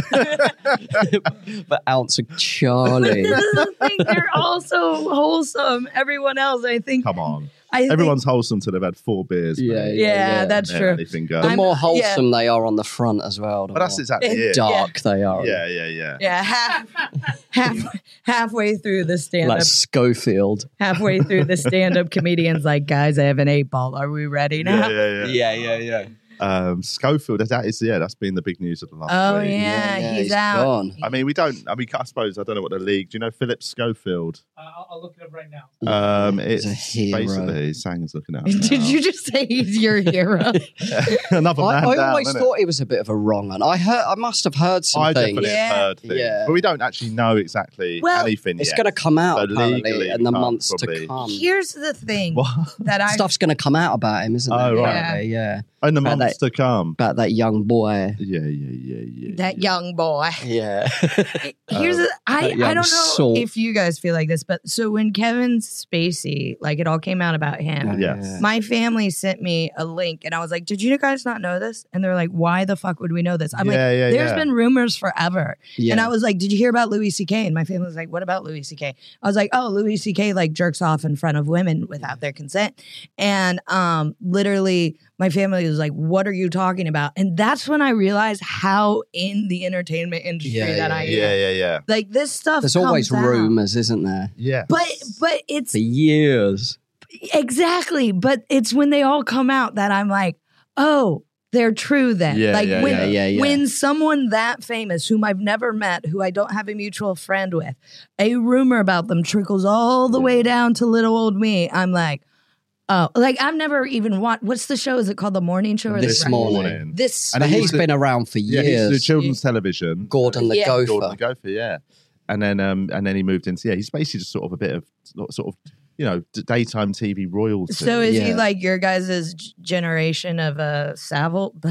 [SPEAKER 5] but ounce of
[SPEAKER 2] But
[SPEAKER 5] Charlie.
[SPEAKER 2] this is the thing. They're also wholesome. Everyone else, I think.
[SPEAKER 4] Come on.
[SPEAKER 2] I think-
[SPEAKER 4] Everyone's wholesome till they've had four beers. mate.
[SPEAKER 5] Yeah,
[SPEAKER 2] Yeah, that's
[SPEAKER 4] Yeah,
[SPEAKER 2] true.
[SPEAKER 4] Anything
[SPEAKER 5] the
[SPEAKER 4] goes.
[SPEAKER 2] I'm-
[SPEAKER 5] more
[SPEAKER 2] yeah.
[SPEAKER 5] wholesome they are on the front as well. The
[SPEAKER 4] But that's
[SPEAKER 5] more
[SPEAKER 4] exactly
[SPEAKER 2] Yeah.
[SPEAKER 4] it.
[SPEAKER 5] dark they are.
[SPEAKER 4] Yeah, yeah, yeah.
[SPEAKER 2] Yeah, half, half, halfway through the stand up,
[SPEAKER 5] Like Schofield.
[SPEAKER 2] halfway through the stand up, comedians like, guys, I have an eight ball. Are we ready now?
[SPEAKER 4] Yeah, yeah, yeah.
[SPEAKER 5] yeah, yeah.
[SPEAKER 4] Um, Schofield, that is, yeah, that's been the big news of the last
[SPEAKER 2] Oh
[SPEAKER 4] week.
[SPEAKER 2] yeah, he's, out.
[SPEAKER 5] Gone.
[SPEAKER 4] I mean, we don't. I mean, I suppose I don't know what the league. Do you know Philip Schofield?
[SPEAKER 6] Uh, I'll, I'll look it up right now.
[SPEAKER 4] Um, it's
[SPEAKER 5] He's a hero.
[SPEAKER 4] basically Sanger's looking out.
[SPEAKER 2] Did you just say he's your hero?
[SPEAKER 4] another
[SPEAKER 5] I,
[SPEAKER 4] man
[SPEAKER 5] I
[SPEAKER 4] down?
[SPEAKER 5] always
[SPEAKER 4] innit?
[SPEAKER 5] thought he was a bit of a wrong one. I heard, I must have heard
[SPEAKER 4] I
[SPEAKER 5] something.
[SPEAKER 4] definitely have
[SPEAKER 2] Yeah.
[SPEAKER 4] heard things,
[SPEAKER 5] Yeah.
[SPEAKER 4] but we don't actually know exactly
[SPEAKER 2] Well,
[SPEAKER 4] anything
[SPEAKER 5] It's
[SPEAKER 4] yet.
[SPEAKER 5] going to come out
[SPEAKER 4] So legally,
[SPEAKER 5] apparently in the
[SPEAKER 4] we can't
[SPEAKER 5] months
[SPEAKER 4] probably-
[SPEAKER 5] to come.
[SPEAKER 2] Here's the thing
[SPEAKER 4] What?
[SPEAKER 2] that I
[SPEAKER 5] Stuff's going to come out about him, isn't
[SPEAKER 4] Oh,
[SPEAKER 5] it?
[SPEAKER 4] right.
[SPEAKER 5] Apparently, yeah.
[SPEAKER 4] in the
[SPEAKER 5] About
[SPEAKER 4] months to come.
[SPEAKER 5] About that young boy.
[SPEAKER 4] Yeah, yeah, yeah, yeah.
[SPEAKER 2] that
[SPEAKER 4] yeah.
[SPEAKER 2] young boy.
[SPEAKER 5] Yeah.
[SPEAKER 2] Here's
[SPEAKER 4] Oh.
[SPEAKER 2] a, I,
[SPEAKER 5] that young
[SPEAKER 2] I don't know
[SPEAKER 5] salt.
[SPEAKER 2] if you guys feel like this, but so when Kevin Spacey, like it all came out about him,
[SPEAKER 4] Yes.
[SPEAKER 2] My family sent me a link and I was like, Did you guys not know this? And they're like, Why the fuck would we know this? I'm like,
[SPEAKER 4] yeah, yeah,
[SPEAKER 2] "There's
[SPEAKER 4] yeah.
[SPEAKER 2] been rumors forever.
[SPEAKER 5] Yeah.
[SPEAKER 2] And I was like, Did you hear about Louis C.K.? And my family was like, What about Louis C.K.? I was like, Oh, Louis C.K. like jerks off in front of women without their consent. And um, literally, my family was like, What are you talking about? And that's when I realized how in the entertainment industry
[SPEAKER 5] Yeah,
[SPEAKER 2] that
[SPEAKER 5] yeah,
[SPEAKER 2] I am.
[SPEAKER 4] yeah, yeah, yeah,
[SPEAKER 2] Like this stuff.
[SPEAKER 5] There's always
[SPEAKER 2] comes out.
[SPEAKER 5] rumors, isn't there?
[SPEAKER 4] yeah.
[SPEAKER 2] But but it's
[SPEAKER 5] For years.
[SPEAKER 2] Exactly. But it's when they all come out that I'm like, oh, they're true then.
[SPEAKER 4] Yeah,
[SPEAKER 2] like
[SPEAKER 4] yeah,
[SPEAKER 2] when,
[SPEAKER 5] yeah, yeah, yeah.
[SPEAKER 2] when someone that famous, whom I've never met, who I don't have a mutual friend with, a rumor about them trickles all the way down to little old me. I'm like, oh, like I've never even watched. What's the show? Is it called The Morning Show? Or
[SPEAKER 5] This
[SPEAKER 2] the Breakfast-
[SPEAKER 5] Morning.
[SPEAKER 2] This
[SPEAKER 4] And
[SPEAKER 5] But
[SPEAKER 4] he
[SPEAKER 5] he's
[SPEAKER 4] was the-
[SPEAKER 5] been around for
[SPEAKER 4] Yeah,
[SPEAKER 5] years.
[SPEAKER 4] he's the children's television.
[SPEAKER 5] Gordon the
[SPEAKER 2] Yeah.
[SPEAKER 5] Gopher.
[SPEAKER 4] Jordan the Gopher, yeah. And then um and then he moved into yeah, he's basically just sort of a bit of sort of you know, d- daytime TV royalty.
[SPEAKER 2] So is he
[SPEAKER 5] Yeah.
[SPEAKER 2] like your guys' g- generation of a uh, Savile?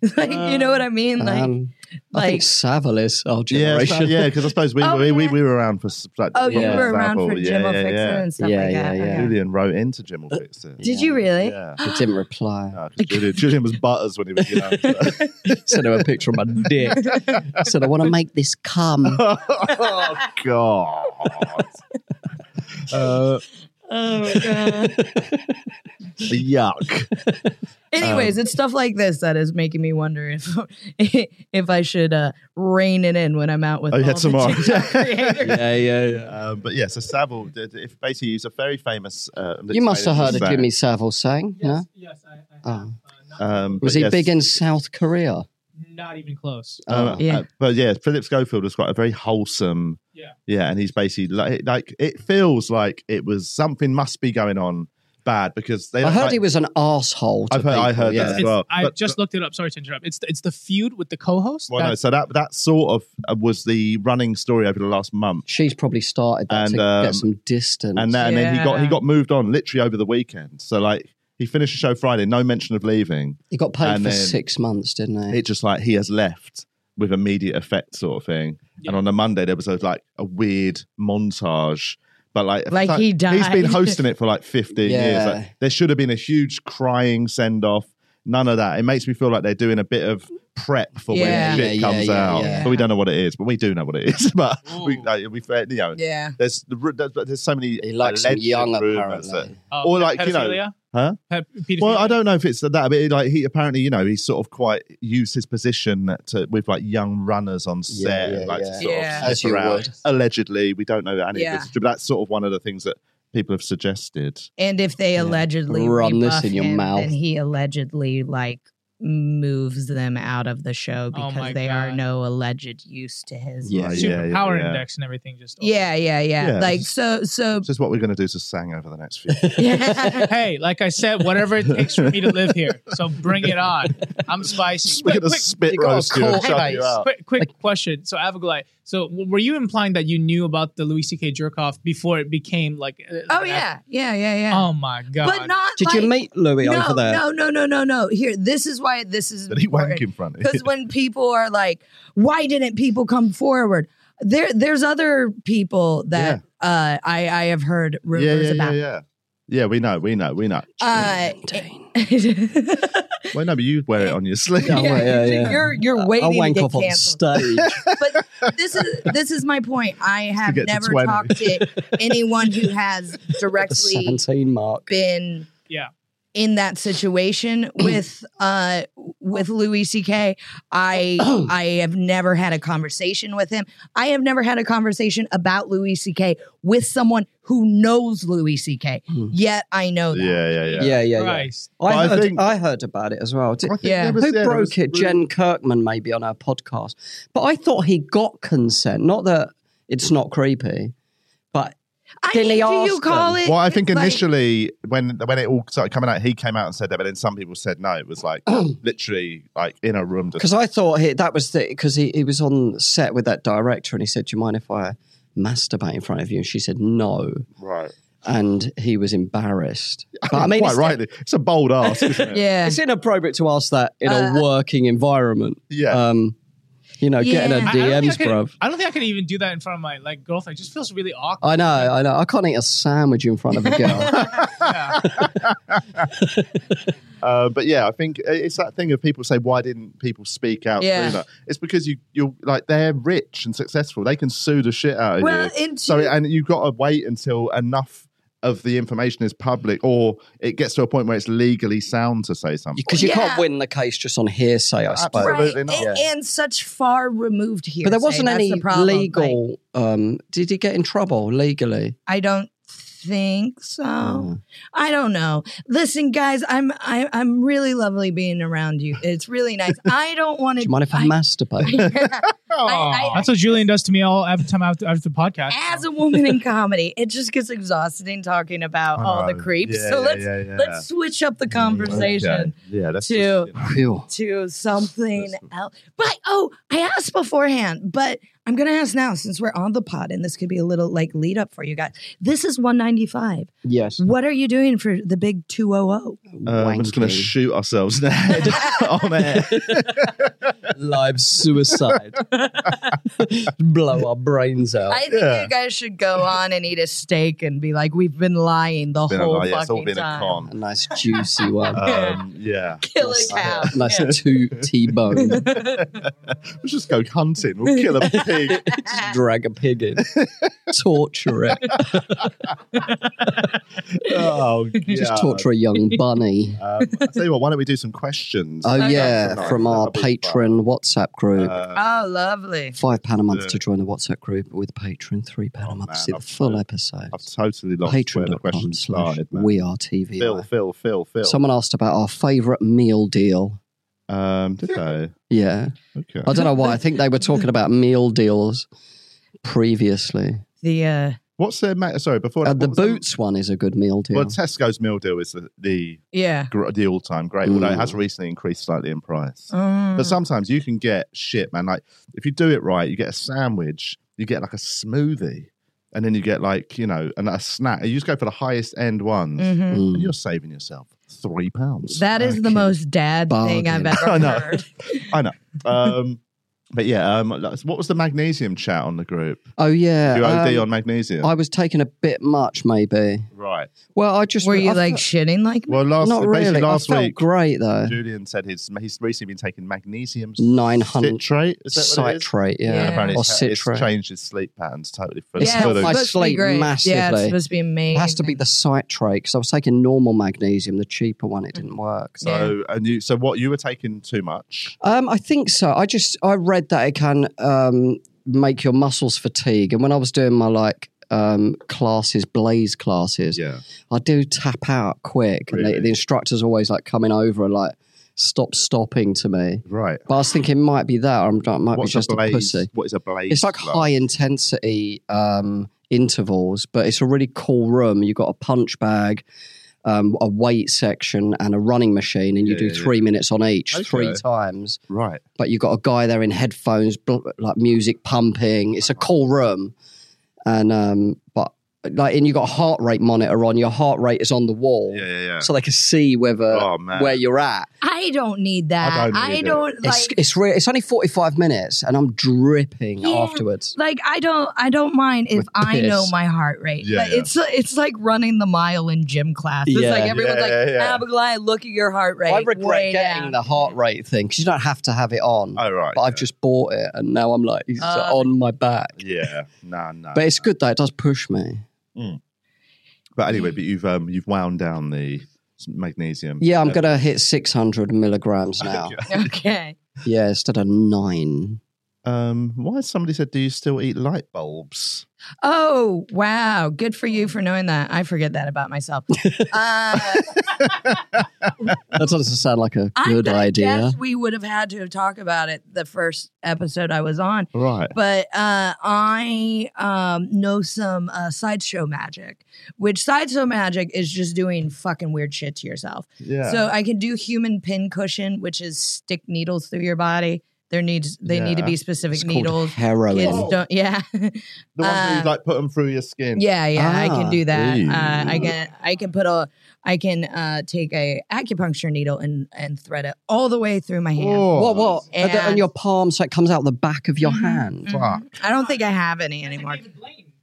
[SPEAKER 2] But like, you know what I mean? Like,
[SPEAKER 5] um, I
[SPEAKER 2] like
[SPEAKER 5] think Savile is our
[SPEAKER 4] yeah, so-
[SPEAKER 5] generation.
[SPEAKER 4] yeah, because I suppose we,
[SPEAKER 2] Oh,
[SPEAKER 4] we, we
[SPEAKER 2] yeah.
[SPEAKER 4] we were around for s- like
[SPEAKER 2] oh,
[SPEAKER 5] Yeah.
[SPEAKER 2] you were around for
[SPEAKER 4] example,
[SPEAKER 2] Jim Fixer and stuff
[SPEAKER 5] Yeah,
[SPEAKER 2] like
[SPEAKER 5] yeah,
[SPEAKER 2] that.
[SPEAKER 5] yeah.
[SPEAKER 2] Okay.
[SPEAKER 4] Julian wrote into Jim will fix it.
[SPEAKER 2] Did you really?
[SPEAKER 4] Yeah.
[SPEAKER 5] He didn't reply.
[SPEAKER 4] No, 'cause Julian, Julian was butters when he was young. so-
[SPEAKER 5] Sent him a picture of my dick. Said, I want to make this come.
[SPEAKER 4] oh God! Uh,
[SPEAKER 2] Oh my god.
[SPEAKER 4] yuck!
[SPEAKER 2] Anyways, it's stuff like this that is making me wonder if if I should uh, rein it in when I'm out with
[SPEAKER 4] Oh,
[SPEAKER 2] all
[SPEAKER 4] yeah,
[SPEAKER 2] the
[SPEAKER 4] tomorrow.
[SPEAKER 2] TikTok creators.
[SPEAKER 5] yeah, yeah, yeah.
[SPEAKER 4] Um, but yeah, so Savile, did- if basically he's a very famous. Uh,
[SPEAKER 5] You must have heard of
[SPEAKER 4] singer.
[SPEAKER 5] Jimmy Savile sang,
[SPEAKER 6] Yes,
[SPEAKER 5] no?
[SPEAKER 6] yes, I, I have.
[SPEAKER 5] Oh.
[SPEAKER 6] Uh, not,
[SPEAKER 4] Um,
[SPEAKER 5] Was
[SPEAKER 4] but
[SPEAKER 5] he
[SPEAKER 4] yes,
[SPEAKER 5] big in South Korea?
[SPEAKER 6] not even close.
[SPEAKER 4] Um,
[SPEAKER 2] Yeah.
[SPEAKER 4] uh, but yeah, Philip Schofield was quite a very wholesome.
[SPEAKER 6] Yeah.
[SPEAKER 4] Yeah, and he's basically like, like it feels like it was something must be going on bad because they.
[SPEAKER 5] I
[SPEAKER 4] don't
[SPEAKER 5] heard
[SPEAKER 4] like,
[SPEAKER 5] he was an asshole. to
[SPEAKER 4] I've heard- I
[SPEAKER 5] people,
[SPEAKER 4] heard
[SPEAKER 5] yeah.
[SPEAKER 4] that as
[SPEAKER 6] It's-
[SPEAKER 4] well.
[SPEAKER 6] I
[SPEAKER 4] But-
[SPEAKER 6] just looked it up. Sorry to interrupt. It's the, it's the feud with the co-host.
[SPEAKER 4] Well, no,
[SPEAKER 6] That's-
[SPEAKER 4] so that that sort of uh, was the running story over the last month,
[SPEAKER 5] She's probably started that
[SPEAKER 4] And,
[SPEAKER 5] to
[SPEAKER 4] um,
[SPEAKER 5] get some distance.
[SPEAKER 4] and then, and then he got he
[SPEAKER 2] Yeah.
[SPEAKER 4] got moved on literally over the weekend. So like he finished the show Friday, no mention of leaving.
[SPEAKER 5] he got paid
[SPEAKER 4] and
[SPEAKER 5] for
[SPEAKER 4] then-
[SPEAKER 5] six months, didn't he?
[SPEAKER 4] It just like he has left with immediate effect sort of thing.
[SPEAKER 6] Yeah.
[SPEAKER 4] And on the Monday there was a, like a weird montage. But like,
[SPEAKER 2] Like
[SPEAKER 4] it's
[SPEAKER 2] he
[SPEAKER 4] he's been
[SPEAKER 2] died.
[SPEAKER 4] hosting it for like 15 years.
[SPEAKER 5] Yeah.
[SPEAKER 4] Like, there should have been a huge crying send off. None of that. It makes me feel like they're doing a bit of prep for
[SPEAKER 2] Yeah.
[SPEAKER 4] when
[SPEAKER 5] Yeah,
[SPEAKER 4] shit
[SPEAKER 5] yeah,
[SPEAKER 4] comes
[SPEAKER 5] yeah,
[SPEAKER 4] out.
[SPEAKER 2] yeah.
[SPEAKER 4] But we don't know what it is. But we do know what it is. but we,
[SPEAKER 6] Ooh.
[SPEAKER 4] uh, it'll be fair, you know,
[SPEAKER 2] Yeah.
[SPEAKER 4] there's the ru- there's, there's so many.
[SPEAKER 5] He likes some
[SPEAKER 4] alleged
[SPEAKER 5] young,
[SPEAKER 4] rumours that-
[SPEAKER 5] apparently.
[SPEAKER 6] Um,
[SPEAKER 4] Or like, you know-
[SPEAKER 6] pedophilia?
[SPEAKER 4] Huh?
[SPEAKER 6] Pe- pedophilia?
[SPEAKER 4] Well, I don't know if it's that, but it, like he apparently, you know, he sort of quite used his position to with like young runners on
[SPEAKER 5] Yeah,
[SPEAKER 4] set,
[SPEAKER 5] yeah,
[SPEAKER 4] like
[SPEAKER 5] yeah.
[SPEAKER 4] to sort
[SPEAKER 2] Yeah.
[SPEAKER 4] of
[SPEAKER 5] As
[SPEAKER 4] sniff
[SPEAKER 5] you
[SPEAKER 4] around.
[SPEAKER 5] would.
[SPEAKER 4] Allegedly, we don't know that any
[SPEAKER 2] Yeah.
[SPEAKER 4] of this, but that's sort of one of the things that people have suggested.
[SPEAKER 2] And if they allegedly
[SPEAKER 5] Run this
[SPEAKER 2] rebuff
[SPEAKER 5] in your
[SPEAKER 2] him,
[SPEAKER 5] mouth.
[SPEAKER 2] then he allegedly like moves them out of the show
[SPEAKER 6] Oh
[SPEAKER 2] because
[SPEAKER 6] my
[SPEAKER 2] they are
[SPEAKER 6] God.
[SPEAKER 2] no alleged use to his.
[SPEAKER 5] Yeah,
[SPEAKER 4] Right,
[SPEAKER 5] yeah.
[SPEAKER 6] Super
[SPEAKER 4] yeah,
[SPEAKER 6] power
[SPEAKER 4] yeah.
[SPEAKER 6] index and everything just.
[SPEAKER 2] Yeah, yeah, yeah.
[SPEAKER 4] Yeah.
[SPEAKER 2] Like so, so.
[SPEAKER 4] It's just what we're going to do to Sang over the next few.
[SPEAKER 2] Yeah.
[SPEAKER 6] Hey, like I said, whatever it takes for me to live here, so bring it on. I'm spicy.
[SPEAKER 4] we're going to
[SPEAKER 6] Quick,
[SPEAKER 4] spit
[SPEAKER 5] you got a
[SPEAKER 4] roast you and
[SPEAKER 5] cold
[SPEAKER 4] chuck you
[SPEAKER 5] face.
[SPEAKER 4] out.
[SPEAKER 6] quick, quick question. So Avigilite, so w- were you implying that you knew about the Louis C.K. jerk off before it became like? uh,
[SPEAKER 2] oh
[SPEAKER 6] an
[SPEAKER 2] yeah, yeah, yeah, yeah.
[SPEAKER 6] Oh my god!
[SPEAKER 2] but not.
[SPEAKER 5] Did
[SPEAKER 2] like,
[SPEAKER 5] you meet Louis
[SPEAKER 2] no,
[SPEAKER 5] over there?
[SPEAKER 2] No, no, no, no, no. Here, this is why this is
[SPEAKER 4] Did he wank in front of you?
[SPEAKER 2] because when people are like, "Why didn't people come forward?" There, there's other people that uh, I I have heard rumors
[SPEAKER 4] Yeah, yeah, yeah,
[SPEAKER 2] about.
[SPEAKER 4] yeah. Yeah, we know, we know, we know.
[SPEAKER 2] Uh,
[SPEAKER 5] Dane.
[SPEAKER 4] Well, no, but you wear it on your sleeve.
[SPEAKER 5] Yeah. well, yeah.
[SPEAKER 2] You're
[SPEAKER 4] Uh,
[SPEAKER 2] you're
[SPEAKER 5] I
[SPEAKER 2] waiting
[SPEAKER 5] wank
[SPEAKER 2] to get
[SPEAKER 5] off on
[SPEAKER 2] canceled.
[SPEAKER 5] stage.
[SPEAKER 2] But this is this is my point. I have
[SPEAKER 4] get to
[SPEAKER 2] never
[SPEAKER 4] 20.
[SPEAKER 2] talked to anyone who has
[SPEAKER 5] the
[SPEAKER 2] directly
[SPEAKER 5] 17 mark.
[SPEAKER 2] been
[SPEAKER 6] Yeah.
[SPEAKER 2] in that situation with uh with Louis CK I I have never had a conversation with him I have never had a conversation about Louis CK with someone who knows Louis CK
[SPEAKER 5] Hmm.
[SPEAKER 2] yet I know that
[SPEAKER 4] yeah, yeah, yeah.
[SPEAKER 5] Yeah, yeah, yeah.
[SPEAKER 6] Christ.
[SPEAKER 4] But I
[SPEAKER 5] I, heard,
[SPEAKER 4] think-
[SPEAKER 5] I heard about it as well. Did-
[SPEAKER 4] I think
[SPEAKER 2] Yeah.
[SPEAKER 4] there was-
[SPEAKER 5] Who
[SPEAKER 4] yeah, there was
[SPEAKER 5] broke it?
[SPEAKER 4] rumours.
[SPEAKER 5] Jen Kirkman, maybe on our podcast. But I thought he got consent. Not that it's not creepy, but
[SPEAKER 2] I
[SPEAKER 5] Didn't
[SPEAKER 2] mean,
[SPEAKER 5] he
[SPEAKER 2] do you
[SPEAKER 5] ask
[SPEAKER 2] call
[SPEAKER 5] them?
[SPEAKER 2] it
[SPEAKER 4] Well, I think
[SPEAKER 2] like-
[SPEAKER 4] initially when when it all started coming out, he came out and said that, but then some people said no. It was like literally like in a room. Just,
[SPEAKER 5] because I thought he, that was the because he, he was on set with that director and he said, "Do you mind if I masturbate in front of you?" And she said, "No,"
[SPEAKER 4] right.
[SPEAKER 5] and he was embarrassed. But I mean,
[SPEAKER 4] quite
[SPEAKER 5] it's,
[SPEAKER 4] rightly, it's a bold ask. Isn't it?
[SPEAKER 2] yeah
[SPEAKER 5] it's inappropriate to ask that in
[SPEAKER 2] Uh,
[SPEAKER 5] a working environment.
[SPEAKER 4] Yeah.
[SPEAKER 5] Um, you know, getting
[SPEAKER 2] Yeah.
[SPEAKER 6] I-
[SPEAKER 5] a
[SPEAKER 6] I don't think
[SPEAKER 5] DMs,
[SPEAKER 6] I could-
[SPEAKER 5] bruv.
[SPEAKER 6] I don't think I could even do that in front of my like girlfriend. It just feels really awkward.
[SPEAKER 5] I know, I know. I can't eat a sandwich in front of a girl.
[SPEAKER 6] Yeah.
[SPEAKER 4] Uh, but yeah, I think it's that thing of people say, why didn't people speak out
[SPEAKER 2] Yeah.
[SPEAKER 4] sooner? It's because you you're like they're rich and successful. They can sue the shit out of
[SPEAKER 2] well
[SPEAKER 4] you.
[SPEAKER 2] and
[SPEAKER 4] So and you've got to wait until enough of the information is public, or it gets to a point where it's legally sound to say something.
[SPEAKER 5] Because you
[SPEAKER 2] Yeah.
[SPEAKER 5] can't win the case just on hearsay, I suppose.
[SPEAKER 4] Right.
[SPEAKER 2] and,
[SPEAKER 4] absolutely not.
[SPEAKER 2] and such far removed here
[SPEAKER 5] But there wasn't any
[SPEAKER 2] problem. Like,
[SPEAKER 5] legal. um, did he get in trouble legally?
[SPEAKER 2] I don't think so.
[SPEAKER 4] Mm.
[SPEAKER 2] I don't know. Listen, guys, I'm I, I'm really lovely being around you. It's really nice. I don't want
[SPEAKER 5] Do
[SPEAKER 2] to.
[SPEAKER 5] you mind if I, masturbate?
[SPEAKER 2] I-
[SPEAKER 6] That's what Julian does to me all every time after, after the podcast.
[SPEAKER 2] as a woman in comedy, it just gets exhausting talking about all the
[SPEAKER 4] Oh,
[SPEAKER 2] creeps.
[SPEAKER 4] yeah,
[SPEAKER 2] so
[SPEAKER 4] yeah,
[SPEAKER 2] let's
[SPEAKER 4] yeah, yeah.
[SPEAKER 2] let's switch up the conversation.
[SPEAKER 4] Okay. Yeah, that's
[SPEAKER 2] to-
[SPEAKER 4] just, you know.
[SPEAKER 5] Phew.
[SPEAKER 2] to something
[SPEAKER 4] That's-
[SPEAKER 2] else. But oh, I asked beforehand, but I'm gonna ask now since we're on the pod and this could be a little like lead up for you guys. This is 195.
[SPEAKER 5] Yes.
[SPEAKER 4] Mm.
[SPEAKER 2] What are you doing for the big 200?
[SPEAKER 4] Uh, we're just going to
[SPEAKER 5] Wanking.
[SPEAKER 4] shoot ourselves in the head on air.
[SPEAKER 5] live suicide. Blow our brains out.
[SPEAKER 2] I think
[SPEAKER 4] Yeah.
[SPEAKER 2] you guys should go on and eat a steak and be like, we've been lying the
[SPEAKER 4] Been a
[SPEAKER 2] whole
[SPEAKER 4] lie, yeah, it's all
[SPEAKER 2] fucking
[SPEAKER 4] been a
[SPEAKER 2] time.
[SPEAKER 4] con.
[SPEAKER 5] a nice juicy one.
[SPEAKER 4] Um, yeah,
[SPEAKER 2] Kill a
[SPEAKER 5] Nice- uh,
[SPEAKER 2] cow.
[SPEAKER 5] Nice two T bone.
[SPEAKER 4] let's just go hunting. We'll kill a pig.
[SPEAKER 5] Drag a pig in. Torture it.
[SPEAKER 4] Oh, yeah.
[SPEAKER 5] Just torture a young bunny.
[SPEAKER 4] Um, I tell you what, why don't we do some questions?
[SPEAKER 5] Oh,
[SPEAKER 2] Okay.
[SPEAKER 5] yeah.
[SPEAKER 4] Nice.
[SPEAKER 5] From our
[SPEAKER 4] That'll be
[SPEAKER 5] patron WhatsApp group.
[SPEAKER 4] Uh,
[SPEAKER 2] Oh, lovely.
[SPEAKER 5] Five pound a month
[SPEAKER 4] Yeah. Oh,
[SPEAKER 5] to join the WhatsApp group with Patreon. Three pound a month
[SPEAKER 4] man,
[SPEAKER 5] to see the
[SPEAKER 4] I've- uh,
[SPEAKER 5] full episode.
[SPEAKER 4] I've totally lost where the
[SPEAKER 5] Patreon.com
[SPEAKER 4] question
[SPEAKER 5] slash
[SPEAKER 4] started. Man.
[SPEAKER 5] We Are TV.
[SPEAKER 4] Phil, Phil, Phil, Phil.
[SPEAKER 5] Someone asked about our favourite meal deal.
[SPEAKER 4] um, did they?
[SPEAKER 5] Yeah,
[SPEAKER 4] Okay.
[SPEAKER 5] I don't know why. I think they were talking about meal deals previously.
[SPEAKER 2] The uh
[SPEAKER 4] What's their ma- sorry before
[SPEAKER 5] Uh, the
[SPEAKER 4] what's their-
[SPEAKER 5] boots one is a good meal deal.
[SPEAKER 4] Well, Tesco's meal deal is the the,
[SPEAKER 2] yeah.
[SPEAKER 4] gr- the all time great, although it
[SPEAKER 5] Mm.
[SPEAKER 4] has recently increased slightly in price.
[SPEAKER 2] Mm.
[SPEAKER 4] But sometimes you can get shit, man. Like if you do it right, you get a sandwich, you get like a smoothie, and then you get like you know, and a snack. You just go for the highest end ones,
[SPEAKER 2] Mhm.
[SPEAKER 5] Mm.
[SPEAKER 4] and you're saving yourself three pounds.
[SPEAKER 2] That is the
[SPEAKER 5] Okay.
[SPEAKER 2] most dad thing I've
[SPEAKER 5] Bargain.
[SPEAKER 2] ever
[SPEAKER 4] I know.
[SPEAKER 2] heard.
[SPEAKER 4] I know. Um, But yeah, um, that's- what was the magnesium chat on the group?
[SPEAKER 5] Oh yeah,
[SPEAKER 4] You OD
[SPEAKER 5] um,
[SPEAKER 4] on magnesium,
[SPEAKER 5] I was taking a bit much, maybe.
[SPEAKER 4] right?
[SPEAKER 5] Well, I just
[SPEAKER 2] Were you
[SPEAKER 5] I
[SPEAKER 2] like
[SPEAKER 5] fe-
[SPEAKER 2] shitting like me?
[SPEAKER 4] Well, last
[SPEAKER 5] not
[SPEAKER 4] basically
[SPEAKER 5] really.
[SPEAKER 4] last
[SPEAKER 5] I felt
[SPEAKER 4] week,
[SPEAKER 5] great though.
[SPEAKER 4] Julian said he's he's recently been taking magnesium
[SPEAKER 5] Nine hundred
[SPEAKER 4] citrate. Is that what it is?
[SPEAKER 5] citrate, yeah,
[SPEAKER 4] And
[SPEAKER 2] Yeah.
[SPEAKER 4] apparently,
[SPEAKER 5] or
[SPEAKER 4] it's, it's
[SPEAKER 5] citrate.
[SPEAKER 4] changed his sleep patterns totally. For
[SPEAKER 5] It's
[SPEAKER 4] for
[SPEAKER 5] helped
[SPEAKER 4] the-
[SPEAKER 5] my
[SPEAKER 2] supposed to be
[SPEAKER 5] sleep
[SPEAKER 2] great. Yeah, it's
[SPEAKER 5] massively.
[SPEAKER 2] supposed to be amazing.
[SPEAKER 5] It has to be the citrate because I was taking normal magnesium, the cheaper one. It didn't work.
[SPEAKER 4] So and you, so what you were taking too much?
[SPEAKER 5] Um, I think so. I just I read that it can um, make your muscles fatigue, and when I was doing my like um, classes, blaze classes,
[SPEAKER 4] Yeah,
[SPEAKER 5] I do tap out quick, and
[SPEAKER 4] Really?
[SPEAKER 5] they, the instructor's always like coming over and like stop stopping to me.
[SPEAKER 4] right.
[SPEAKER 5] But I was thinking it might be that, or I'm- I might
[SPEAKER 4] What's
[SPEAKER 5] be just
[SPEAKER 4] a
[SPEAKER 5] a,
[SPEAKER 4] blaze?
[SPEAKER 5] pussy.
[SPEAKER 4] What is a blaze?
[SPEAKER 5] It's like
[SPEAKER 4] club?
[SPEAKER 5] high intensity um, intervals, but it's a really cool room. You've got a punch bag, um, a weight section, and a running machine, and you
[SPEAKER 4] Yeah,
[SPEAKER 5] do
[SPEAKER 4] yeah, yeah.
[SPEAKER 5] three minutes on each, three
[SPEAKER 4] Okay.
[SPEAKER 5] times.
[SPEAKER 4] right?
[SPEAKER 5] But you've got a guy there in headphones, bl- like music pumping. It's a cool room, and um, but like, and you got a heart rate monitor on. Your heart rate is on the wall,
[SPEAKER 4] Yeah, yeah, yeah.
[SPEAKER 5] so they can see whether
[SPEAKER 4] oh man,
[SPEAKER 5] Uh, where you're at.
[SPEAKER 2] I don't need that.
[SPEAKER 4] I don't need
[SPEAKER 2] I
[SPEAKER 4] it.
[SPEAKER 2] don't
[SPEAKER 5] It's
[SPEAKER 2] like.
[SPEAKER 5] it's re- it's only forty five minutes, and I'm dripping
[SPEAKER 2] Yeah.
[SPEAKER 5] afterwards.
[SPEAKER 2] Like I don't, I don't mind if
[SPEAKER 5] With
[SPEAKER 2] I know
[SPEAKER 5] piss.
[SPEAKER 2] my heart rate.
[SPEAKER 4] Yeah,
[SPEAKER 2] but
[SPEAKER 4] yeah.
[SPEAKER 2] it's it's like running the mile in gym class. It's
[SPEAKER 5] Yeah.
[SPEAKER 2] like everyone's
[SPEAKER 4] Yeah,
[SPEAKER 2] like,
[SPEAKER 4] yeah, yeah.
[SPEAKER 2] Abigail, look at your heart rate.
[SPEAKER 5] I regret
[SPEAKER 2] way
[SPEAKER 5] getting
[SPEAKER 2] down."
[SPEAKER 5] the heart rate thing because you don't have to have it on.
[SPEAKER 4] Oh right,
[SPEAKER 5] but I've
[SPEAKER 4] yeah.
[SPEAKER 5] just bought it, and now I'm like, it's
[SPEAKER 2] Uh,
[SPEAKER 5] on my back.
[SPEAKER 4] yeah, no, no.
[SPEAKER 5] But it's good though; it does push me.
[SPEAKER 4] But anyway, but you've um you've wound down the magnesium.
[SPEAKER 5] Yeah, I'm
[SPEAKER 4] Uh,
[SPEAKER 5] gonna hit 600 milligrams now.
[SPEAKER 2] Okay.
[SPEAKER 5] yeah, instead of nine.
[SPEAKER 4] Um, why somebody said, "Do you still eat light bulbs?"
[SPEAKER 2] Oh wow, good for you for knowing that. I forget that about myself. uh,
[SPEAKER 5] That doesn't sound like a good
[SPEAKER 2] I
[SPEAKER 5] idea.
[SPEAKER 2] Guess we would have had to have talked about it the first episode I was on.
[SPEAKER 4] Right.
[SPEAKER 2] But uh, I um, know some uh, sideshow magic, which sideshow magic is just doing fucking weird shit to yourself.
[SPEAKER 4] Yeah.
[SPEAKER 2] So I can do human pincushion, which is stick needles through your body. There needs they need to
[SPEAKER 4] Yeah.
[SPEAKER 2] be specific
[SPEAKER 5] It's called
[SPEAKER 2] needles.
[SPEAKER 5] heroin.
[SPEAKER 2] Kids
[SPEAKER 4] Oh.
[SPEAKER 2] don't. Yeah,
[SPEAKER 4] the ones where
[SPEAKER 2] uh,
[SPEAKER 4] you like put them through your skin.
[SPEAKER 2] yeah, yeah. I
[SPEAKER 5] Ah.
[SPEAKER 2] can do that.
[SPEAKER 4] Ooh.
[SPEAKER 2] Uh, I can I can put a I can uh, take a acupuncture needle and and thread it all the way through my hand.
[SPEAKER 4] Oh,
[SPEAKER 5] What? What? And, the-
[SPEAKER 2] And-
[SPEAKER 5] and your palm, so it comes out the back of your
[SPEAKER 2] Mhm,
[SPEAKER 5] hand.
[SPEAKER 2] mhm.
[SPEAKER 4] Fuck.
[SPEAKER 2] I don't think I have any anymore.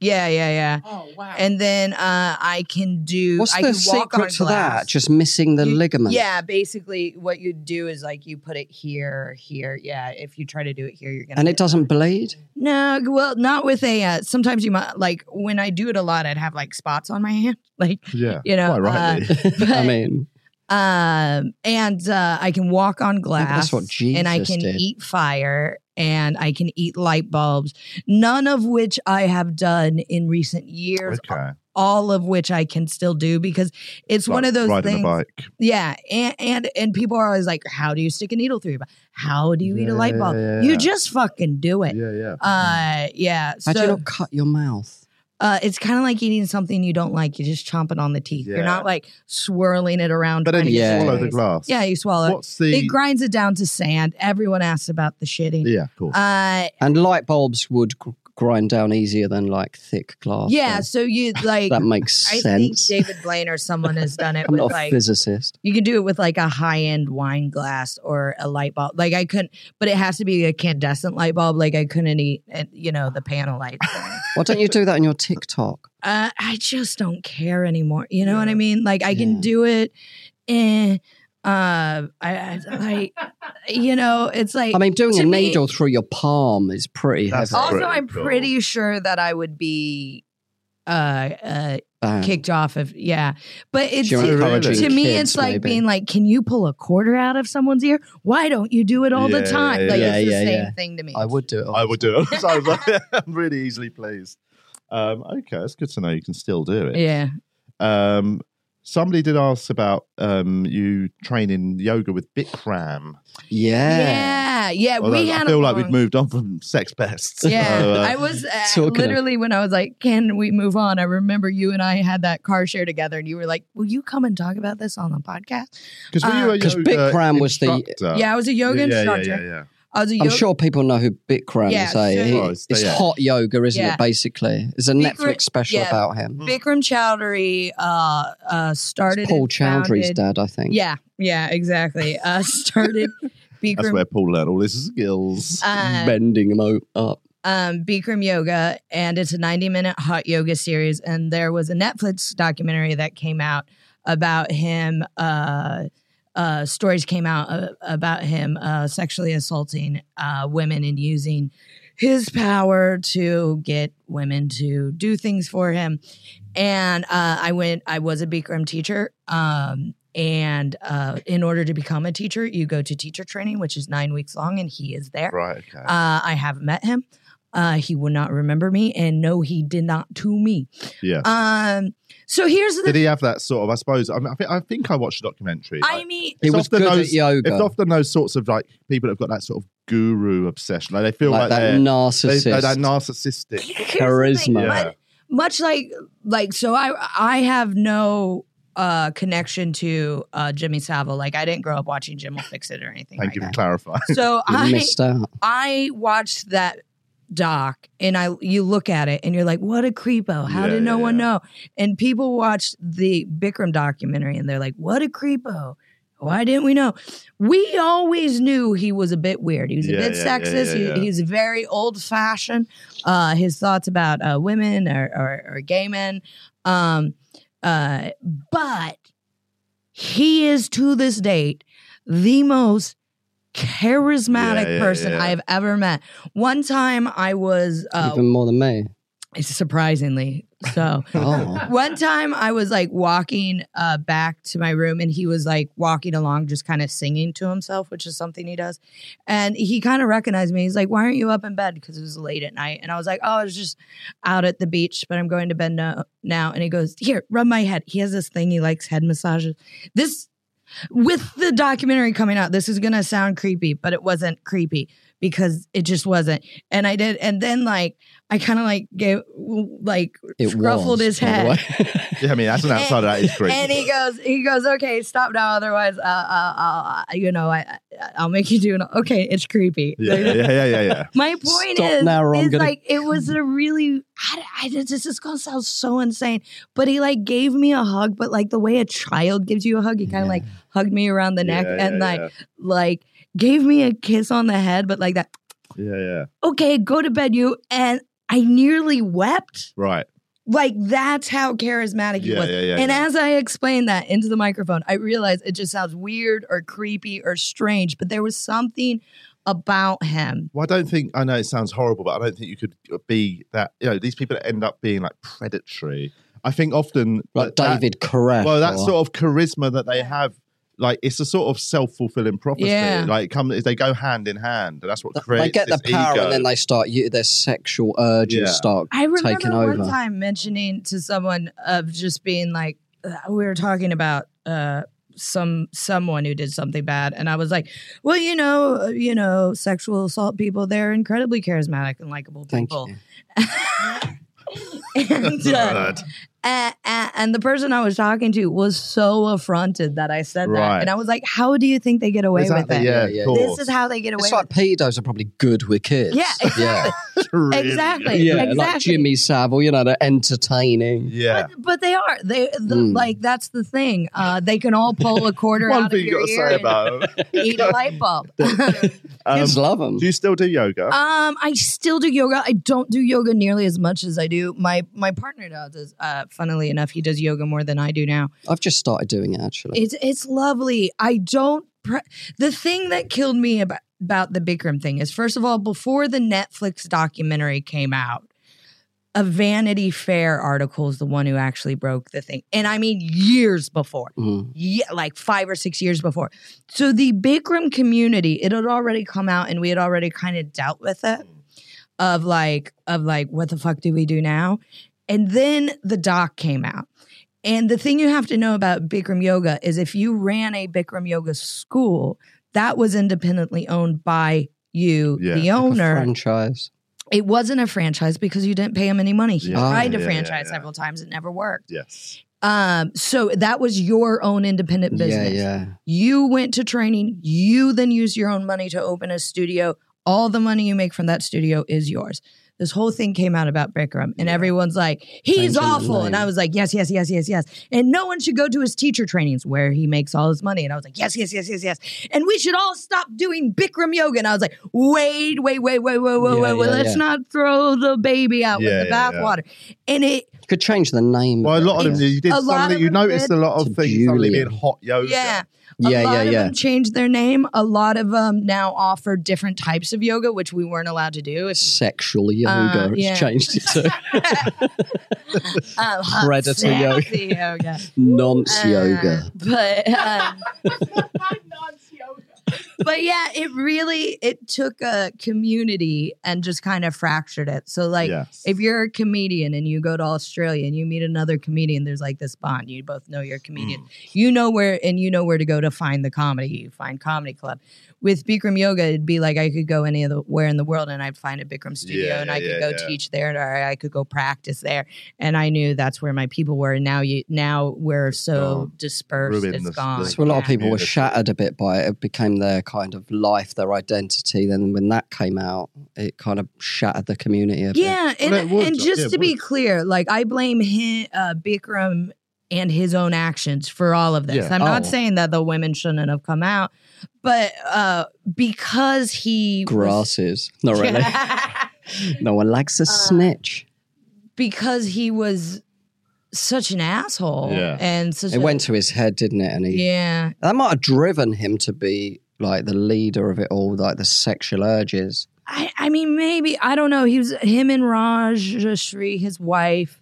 [SPEAKER 2] Yeah, yeah, yeah.
[SPEAKER 6] Oh wow.
[SPEAKER 2] And then uh, I can do.
[SPEAKER 5] What's
[SPEAKER 2] I
[SPEAKER 5] the
[SPEAKER 2] can walk on
[SPEAKER 5] secret to
[SPEAKER 2] glass.
[SPEAKER 5] that? Just missing the
[SPEAKER 2] You-
[SPEAKER 5] ligament.
[SPEAKER 2] Yeah, basically, what you do is like you put it here, here. Yeah, if you try to do it here, you're gonna.
[SPEAKER 5] And it
[SPEAKER 2] get-
[SPEAKER 5] doesn't bleed.
[SPEAKER 2] No, well, not with a. Uh, sometimes you might like when I do it a lot, I'd have like spots on my hand, like
[SPEAKER 4] Yeah.
[SPEAKER 2] you know.
[SPEAKER 4] Quite rightly.
[SPEAKER 5] I mean,
[SPEAKER 2] uh, um, and uh, I can walk on glass.
[SPEAKER 5] that's what
[SPEAKER 2] And I
[SPEAKER 5] Jesus
[SPEAKER 2] can
[SPEAKER 5] did.
[SPEAKER 2] eat fire, and I can eat light bulbs. None of which I have done in recent years.
[SPEAKER 4] okay.
[SPEAKER 2] all of which I can still do because it's one
[SPEAKER 4] Like
[SPEAKER 2] of those
[SPEAKER 4] riding
[SPEAKER 2] things.
[SPEAKER 4] a bike.
[SPEAKER 2] Yeah, and and and people are always like, "How do you stick a needle through your body? How do you eat a light bulb?
[SPEAKER 4] Yeah,
[SPEAKER 2] You
[SPEAKER 4] yeah.
[SPEAKER 2] just fucking do it."
[SPEAKER 4] Yeah, yeah.
[SPEAKER 2] Uh, yeah.
[SPEAKER 5] how do you
[SPEAKER 2] So
[SPEAKER 5] not cut your mouth?
[SPEAKER 2] uh, it's kind of like eating something you don't like. You just chomp it on the teeth. You're
[SPEAKER 4] Yeah.
[SPEAKER 2] not like swirling it around.
[SPEAKER 4] But then
[SPEAKER 2] trying to
[SPEAKER 4] you
[SPEAKER 2] get
[SPEAKER 5] Yeah.
[SPEAKER 2] to
[SPEAKER 4] swallow
[SPEAKER 2] your
[SPEAKER 4] the
[SPEAKER 2] face.
[SPEAKER 4] glass.
[SPEAKER 2] Yeah, you swallow it.
[SPEAKER 4] What's the?
[SPEAKER 2] It grinds it down to sand. Everyone asks about the shitting.
[SPEAKER 4] yeah, of course.
[SPEAKER 2] Uh,
[SPEAKER 5] And light bulbs would gr- grind down easier than like thick glass.
[SPEAKER 2] yeah.
[SPEAKER 5] though.
[SPEAKER 2] So you like.
[SPEAKER 5] that makes
[SPEAKER 2] I think
[SPEAKER 5] sense.
[SPEAKER 2] David Blaine or someone has done it
[SPEAKER 5] I'm
[SPEAKER 2] with
[SPEAKER 5] not a
[SPEAKER 2] like
[SPEAKER 5] physicist.
[SPEAKER 2] You can do it with like a high end wine glass or a light bulb. Like I couldn't, but it has to be a candescent light bulb. Like I couldn't eat, uh, you know, the panel light. Thing.
[SPEAKER 5] Why don't you do that on your TikTok?
[SPEAKER 2] uh, I just don't care anymore. You know what I
[SPEAKER 4] Yeah.
[SPEAKER 2] mean? Like I can
[SPEAKER 5] Yeah.
[SPEAKER 2] do it. Eh, uh, I, I like, you know, it's like.
[SPEAKER 5] I mean, doing
[SPEAKER 2] to
[SPEAKER 5] a
[SPEAKER 2] me-
[SPEAKER 5] needle through your palm is pretty
[SPEAKER 4] That's
[SPEAKER 5] heavy.
[SPEAKER 2] also,
[SPEAKER 4] pretty
[SPEAKER 2] I'm
[SPEAKER 4] cool.
[SPEAKER 2] pretty sure that I would be uh, uh,
[SPEAKER 5] Bang.
[SPEAKER 2] kicked off if, yeah. But it's
[SPEAKER 5] You're
[SPEAKER 4] to-
[SPEAKER 5] encouraging
[SPEAKER 2] to me,
[SPEAKER 5] kids,
[SPEAKER 2] it's like
[SPEAKER 5] maybe.
[SPEAKER 2] being like, can you pull a quarter out of someone's ear? Why don't you do it all the
[SPEAKER 4] Yeah,
[SPEAKER 2] time?
[SPEAKER 4] yeah,
[SPEAKER 2] Like,
[SPEAKER 5] yeah.
[SPEAKER 2] it's the
[SPEAKER 5] Yeah, yeah,
[SPEAKER 2] same
[SPEAKER 5] yeah.
[SPEAKER 2] thing to me.
[SPEAKER 5] I would do
[SPEAKER 2] Uh,
[SPEAKER 5] it.
[SPEAKER 4] I would do it. So I was like, I'm really easily pleased. Um, okay, it's good to know you can still do it.
[SPEAKER 2] Yeah.
[SPEAKER 4] Um, somebody did ask about um, you training yoga with Bikram.
[SPEAKER 5] Yeah.
[SPEAKER 2] Yeah. Yeah.
[SPEAKER 4] Although
[SPEAKER 2] Uh, we
[SPEAKER 4] I
[SPEAKER 2] had
[SPEAKER 4] feel
[SPEAKER 2] a
[SPEAKER 4] like we've
[SPEAKER 2] long-
[SPEAKER 4] moved on from sex pests.
[SPEAKER 2] Yeah.
[SPEAKER 4] So, uh,
[SPEAKER 2] I was uh,
[SPEAKER 5] Talking of-
[SPEAKER 2] literally when I was like, can we move on? I remember you and I had that car share together and you were like, will you come and talk about this on the podcast?
[SPEAKER 4] Because were you a
[SPEAKER 2] Uh,
[SPEAKER 5] 'Cause
[SPEAKER 4] yoga
[SPEAKER 5] Bikram was the-
[SPEAKER 4] instructor?
[SPEAKER 2] yeah. I was a yoga
[SPEAKER 4] Oh. yeah,
[SPEAKER 2] instructor.
[SPEAKER 4] Yeah, yeah, yeah.
[SPEAKER 2] I was a
[SPEAKER 5] I'm
[SPEAKER 2] yoga
[SPEAKER 5] sure people know who Bikram
[SPEAKER 2] Yeah,
[SPEAKER 5] is. eh?
[SPEAKER 2] sure.
[SPEAKER 5] He-
[SPEAKER 4] Oh, it's
[SPEAKER 5] it's
[SPEAKER 4] the- yeah.
[SPEAKER 5] hot yoga, isn't
[SPEAKER 2] Yeah.
[SPEAKER 5] it? Basically, there's a
[SPEAKER 2] Bikram-
[SPEAKER 5] Netflix special
[SPEAKER 2] yeah.
[SPEAKER 5] about
[SPEAKER 4] Hmm.
[SPEAKER 5] him.
[SPEAKER 2] Bikram Chowdhury uh, uh, started.
[SPEAKER 5] It's Paul
[SPEAKER 2] and
[SPEAKER 5] Chowdhury's
[SPEAKER 2] founded-
[SPEAKER 5] dad, I think.
[SPEAKER 2] Yeah, yeah, exactly. Uh, started
[SPEAKER 4] That's
[SPEAKER 2] Bikram,
[SPEAKER 4] where Paul learned all his skills.
[SPEAKER 2] uh,
[SPEAKER 5] bending him out up.
[SPEAKER 2] um, Bikram yoga, and it's a 90 minute hot yoga series. And there was a Netflix documentary that came out about him. Uh, uh, stories came out uh, about him uh, sexually assaulting uh, women and using his power to get women to do things for him. And uh, I went. I was a Bikram teacher. Um, and uh, in order to become a teacher, you go to teacher training, which is nine weeks long, and he is there.
[SPEAKER 4] right. Okay.
[SPEAKER 2] Uh, I have met him. Uh, he would not remember me, and no, he did not to me.
[SPEAKER 4] yeah.
[SPEAKER 2] Um, so here's the.
[SPEAKER 4] Did he have that sort of? I suppose. I, mean, I, think, I think I watched a documentary.
[SPEAKER 2] I
[SPEAKER 4] like,
[SPEAKER 2] mean,
[SPEAKER 5] He
[SPEAKER 4] It's
[SPEAKER 5] was
[SPEAKER 4] off the
[SPEAKER 5] good
[SPEAKER 4] nose-
[SPEAKER 5] at yoga.
[SPEAKER 4] it's often those sorts of like people that have got that sort of guru obsession. Like they feel
[SPEAKER 5] like,
[SPEAKER 4] like,
[SPEAKER 5] that
[SPEAKER 4] they're, they,
[SPEAKER 5] narcissist.
[SPEAKER 4] they're that narcissistic.
[SPEAKER 2] here's the thing,
[SPEAKER 5] charisma.
[SPEAKER 2] much-
[SPEAKER 4] Yeah.
[SPEAKER 2] much like like so, I I have no uh connection to uh Jimmy Savile. Like I didn't grow up watching Jim will fix it or anything.
[SPEAKER 4] Thank
[SPEAKER 2] like
[SPEAKER 4] you for
[SPEAKER 2] that.
[SPEAKER 4] clarifying.
[SPEAKER 2] So
[SPEAKER 5] You
[SPEAKER 2] I
[SPEAKER 5] missed out.
[SPEAKER 2] I watched that doc and I you look at it and you're like, what a creepo. How
[SPEAKER 4] Yeah,
[SPEAKER 2] did no
[SPEAKER 4] yeah,
[SPEAKER 2] one
[SPEAKER 4] yeah.
[SPEAKER 2] know? And people watched the Bikram documentary and they're like, what a creepo. Why didn't we know? We always knew he was a bit weird. He was a
[SPEAKER 4] Yeah,
[SPEAKER 2] bit
[SPEAKER 4] yeah, yeah,
[SPEAKER 2] sexist.
[SPEAKER 4] yeah, yeah.
[SPEAKER 2] He, he's very old fashioned. Uh, his thoughts about uh, women or, or, or gay men. Um, uh, but he is to this date the most charismatic
[SPEAKER 4] Yeah, yeah,
[SPEAKER 2] person
[SPEAKER 4] yeah.
[SPEAKER 2] I have ever met. One time I was uh,
[SPEAKER 5] Even more than me.
[SPEAKER 2] surprisingly so.
[SPEAKER 5] Oh.
[SPEAKER 2] One time I was like walking uh, back to my room and he was like walking along, just kind of singing to himself, which is something he does. And he kind of recognized me. He's like, Why aren't you up in bed? Because it was late at night. And I was like, Oh, I was just out at the beach, but I'm going to bed no- now. And he goes, Here, rub my head. He has this thing he likes head massages. This, with the documentary coming out, this is going to sound creepy, but it wasn't creepy because it just wasn't. And I did. And then, like, I kind of like gave, like,
[SPEAKER 5] It
[SPEAKER 2] Scruffled
[SPEAKER 5] was,
[SPEAKER 2] his
[SPEAKER 5] by the
[SPEAKER 2] head.
[SPEAKER 5] way.
[SPEAKER 4] yeah, I mean, as an outsider, that is great.
[SPEAKER 2] and he goes, he goes, okay, stop now, otherwise, uh, uh, I'll, uh, you know, I, I- I'll make you do an. Okay, it's creepy.
[SPEAKER 4] Yeah, yeah, yeah, yeah, yeah.
[SPEAKER 2] My point
[SPEAKER 5] Stop
[SPEAKER 2] is,
[SPEAKER 5] now or I'm
[SPEAKER 2] is
[SPEAKER 5] gonna-
[SPEAKER 2] like it was a really. I, I this is gonna sound so insane, but he like gave me a hug, but like the way a child gives you a hug, he kind of
[SPEAKER 5] Yeah.
[SPEAKER 2] like hugged me around the neck
[SPEAKER 4] Yeah,
[SPEAKER 2] and
[SPEAKER 4] yeah,
[SPEAKER 2] like like gave me a kiss on the head, but like that.
[SPEAKER 4] yeah. yeah, yeah.
[SPEAKER 2] Okay, go to bed, you and. I nearly wept.
[SPEAKER 4] Right.
[SPEAKER 2] Like that's how charismatic he
[SPEAKER 4] Yeah,
[SPEAKER 2] was.
[SPEAKER 4] yeah, yeah.
[SPEAKER 2] And
[SPEAKER 4] yeah.
[SPEAKER 2] as I explained that into the microphone, I realized it just sounds weird or creepy or strange, but there was something about him.
[SPEAKER 4] Well, I don't think I know it sounds horrible, but I don't think you could be that. You know, these people that end up being like predatory. I think often that-
[SPEAKER 5] Like
[SPEAKER 4] that-
[SPEAKER 5] David Koresh.
[SPEAKER 4] well, that
[SPEAKER 5] or-
[SPEAKER 4] sort of charisma that they have, like it's a sort of self fulfilling prophecy.
[SPEAKER 2] Yeah.
[SPEAKER 4] Like come, they go hand in hand, and that's what creates
[SPEAKER 5] They get the
[SPEAKER 4] this
[SPEAKER 5] power
[SPEAKER 4] ego.
[SPEAKER 5] and then they start, you, their sexual urges
[SPEAKER 4] Yeah.
[SPEAKER 5] start
[SPEAKER 2] I remember
[SPEAKER 5] taking
[SPEAKER 2] one
[SPEAKER 5] over.
[SPEAKER 2] time mentioning to someone of just being like, uh, we were talking about uh, some someone who did something bad, and I was like, well, you know, uh, you know, sexual assault people, they're incredibly charismatic and likable
[SPEAKER 5] Thank
[SPEAKER 2] people.
[SPEAKER 5] you.
[SPEAKER 2] and, uh,
[SPEAKER 4] God.
[SPEAKER 2] a- a- and the person I was talking to was so affronted that I said that.
[SPEAKER 4] Right.
[SPEAKER 2] And I was like, how do you think they get away
[SPEAKER 4] Exactly,
[SPEAKER 2] with it?
[SPEAKER 4] Yeah,
[SPEAKER 5] Yeah, yeah.
[SPEAKER 4] Of
[SPEAKER 2] This
[SPEAKER 4] course.
[SPEAKER 2] is how they get away
[SPEAKER 5] It's like
[SPEAKER 2] with
[SPEAKER 5] pedos are probably good with kids.
[SPEAKER 2] Yeah,
[SPEAKER 5] yeah.
[SPEAKER 4] Really.
[SPEAKER 2] Exactly.
[SPEAKER 5] yeah, like
[SPEAKER 2] exactly.
[SPEAKER 5] Jimmy Savile, you know, they're entertaining.
[SPEAKER 4] Yeah. Hmm.
[SPEAKER 2] it. But they are. They the,
[SPEAKER 5] Mm.
[SPEAKER 2] like that's the thing. Uh, they can all pull a quarter out
[SPEAKER 4] One
[SPEAKER 2] of
[SPEAKER 4] thing you
[SPEAKER 2] your
[SPEAKER 4] got to
[SPEAKER 2] ear
[SPEAKER 4] say
[SPEAKER 2] and
[SPEAKER 4] about. it.
[SPEAKER 2] eat a light bulb.
[SPEAKER 4] Um,
[SPEAKER 5] Kids love 'em.
[SPEAKER 4] do
[SPEAKER 5] love them.
[SPEAKER 4] you still do yoga?
[SPEAKER 2] Um, I still do yoga. I don't do yoga nearly as much as I do. My my partner does. Is, uh, funnily enough, he does yoga more than I do now.
[SPEAKER 5] I've just started doing it actually.
[SPEAKER 2] It's it's lovely. I don't. Pre- the thing that killed me about about the Bikram thing is, first of all, before the Netflix documentary came out, a Vanity Fair article is the one who actually broke the thing, and I mean years before
[SPEAKER 5] Mm.
[SPEAKER 2] yeah, like five or six years before. So the Bikram community, it had already come out and we had already kind of dealt with it of like, of like, what the fuck do we do now? And then the doc came out. And the thing you have to know about Bikram yoga is if you ran a Bikram yoga school, that was independently owned by you,
[SPEAKER 4] Yeah,
[SPEAKER 2] the
[SPEAKER 5] Like a
[SPEAKER 2] owner
[SPEAKER 5] franchise.
[SPEAKER 2] it wasn't a franchise because you didn't pay him any money. He
[SPEAKER 4] Yeah.
[SPEAKER 2] tried to
[SPEAKER 4] Yeah, yeah,
[SPEAKER 2] franchise
[SPEAKER 4] yeah.
[SPEAKER 2] several times, it never worked.
[SPEAKER 4] Yes.
[SPEAKER 2] Um, so that was your own independent
[SPEAKER 5] Yeah,
[SPEAKER 2] business.
[SPEAKER 5] yeah.
[SPEAKER 2] You went to training, you then use your own money to open a studio. All the money you make from that studio is yours. this whole thing came out about Bikram, and everyone's like, he's
[SPEAKER 5] Changing the
[SPEAKER 2] awful. And
[SPEAKER 5] name.
[SPEAKER 2] I was like, yes, yes, yes, yes, yes. And no one should go to his teacher trainings where he makes all his money. And I was like, yes, yes, yes, yes, yes. And we should all stop doing Bikram yoga. And I was like, wait, wait, wait, wait, wait, wait,
[SPEAKER 5] Yeah,
[SPEAKER 2] wait, wait.
[SPEAKER 5] yeah,
[SPEAKER 2] Let's
[SPEAKER 5] yeah.
[SPEAKER 2] not throw the baby out
[SPEAKER 4] Yeah,
[SPEAKER 2] with the
[SPEAKER 4] yeah, yeah.
[SPEAKER 2] bathwater. And it,
[SPEAKER 5] Could change the name.
[SPEAKER 4] Well, a lot of them, you did
[SPEAKER 2] A lot
[SPEAKER 4] suddenly,
[SPEAKER 2] of
[SPEAKER 4] you
[SPEAKER 2] them
[SPEAKER 4] noticed
[SPEAKER 2] did.
[SPEAKER 4] a lot of
[SPEAKER 5] Some
[SPEAKER 4] things suddenly
[SPEAKER 5] Julia.
[SPEAKER 4] being hot yoga.
[SPEAKER 2] yeah. A
[SPEAKER 5] Yeah,
[SPEAKER 2] lot
[SPEAKER 5] yeah,
[SPEAKER 2] of
[SPEAKER 5] yeah.
[SPEAKER 2] them changed their name. A lot of them now offer different types of yoga, which we weren't allowed to do. It's
[SPEAKER 5] Sexual yoga.
[SPEAKER 2] Uh, yeah.
[SPEAKER 5] It's changed it to
[SPEAKER 2] um, hot
[SPEAKER 5] Predator
[SPEAKER 2] sexy yoga.
[SPEAKER 5] nonce
[SPEAKER 2] Uh,
[SPEAKER 5] yoga.
[SPEAKER 2] But um, but yeah, it really it took a community and just kind of fractured it. So like
[SPEAKER 4] Yes.
[SPEAKER 2] if you're a comedian and you go to Australia and you meet another comedian, there's like this bond. You both know you're a
[SPEAKER 4] Mm.
[SPEAKER 2] comedian. You know where and you know where to go to find the comedy. You find comedy club. With Bikram yoga, it'd be like I could go anywhere in the world and I'd find a Bikram studio
[SPEAKER 4] Yeah,
[SPEAKER 2] and
[SPEAKER 4] yeah,
[SPEAKER 2] I could
[SPEAKER 4] yeah,
[SPEAKER 2] go
[SPEAKER 4] yeah.
[SPEAKER 2] teach there and or I could go practice there. And I knew that's where my people were. And now you now we're so
[SPEAKER 4] gone.
[SPEAKER 2] dispersed,
[SPEAKER 4] Ruined
[SPEAKER 2] it's
[SPEAKER 4] the-
[SPEAKER 2] gone.
[SPEAKER 4] the-
[SPEAKER 5] So a lot of
[SPEAKER 2] Yeah.
[SPEAKER 5] people were
[SPEAKER 4] Beautiful.
[SPEAKER 5] shattered a bit by it. It became their kind of life, their identity. Then when that came out, it kind of shattered the community a bit.
[SPEAKER 2] Yeah, and,
[SPEAKER 4] it would,
[SPEAKER 2] and
[SPEAKER 4] though.
[SPEAKER 2] just
[SPEAKER 4] Yeah, it
[SPEAKER 2] to be
[SPEAKER 4] would.
[SPEAKER 2] clear, like I blame him, uh, Bikram and his own actions for all of this.
[SPEAKER 4] Yeah.
[SPEAKER 2] I'm not
[SPEAKER 5] Oh.
[SPEAKER 2] saying that the women shouldn't have come out, but uh, because he was-
[SPEAKER 5] Grasses. Not really. no one likes
[SPEAKER 2] Uh,
[SPEAKER 5] a snitch.
[SPEAKER 2] because he was such an asshole
[SPEAKER 4] Yeah.
[SPEAKER 2] and such
[SPEAKER 5] It
[SPEAKER 2] a,
[SPEAKER 5] went to his head, didn't it? And he,
[SPEAKER 2] yeah
[SPEAKER 5] that might have driven him to be like the leader of it all, like the sexual urges.
[SPEAKER 2] I, I mean, maybe I don't know. He was him and Rajeshri, his wife.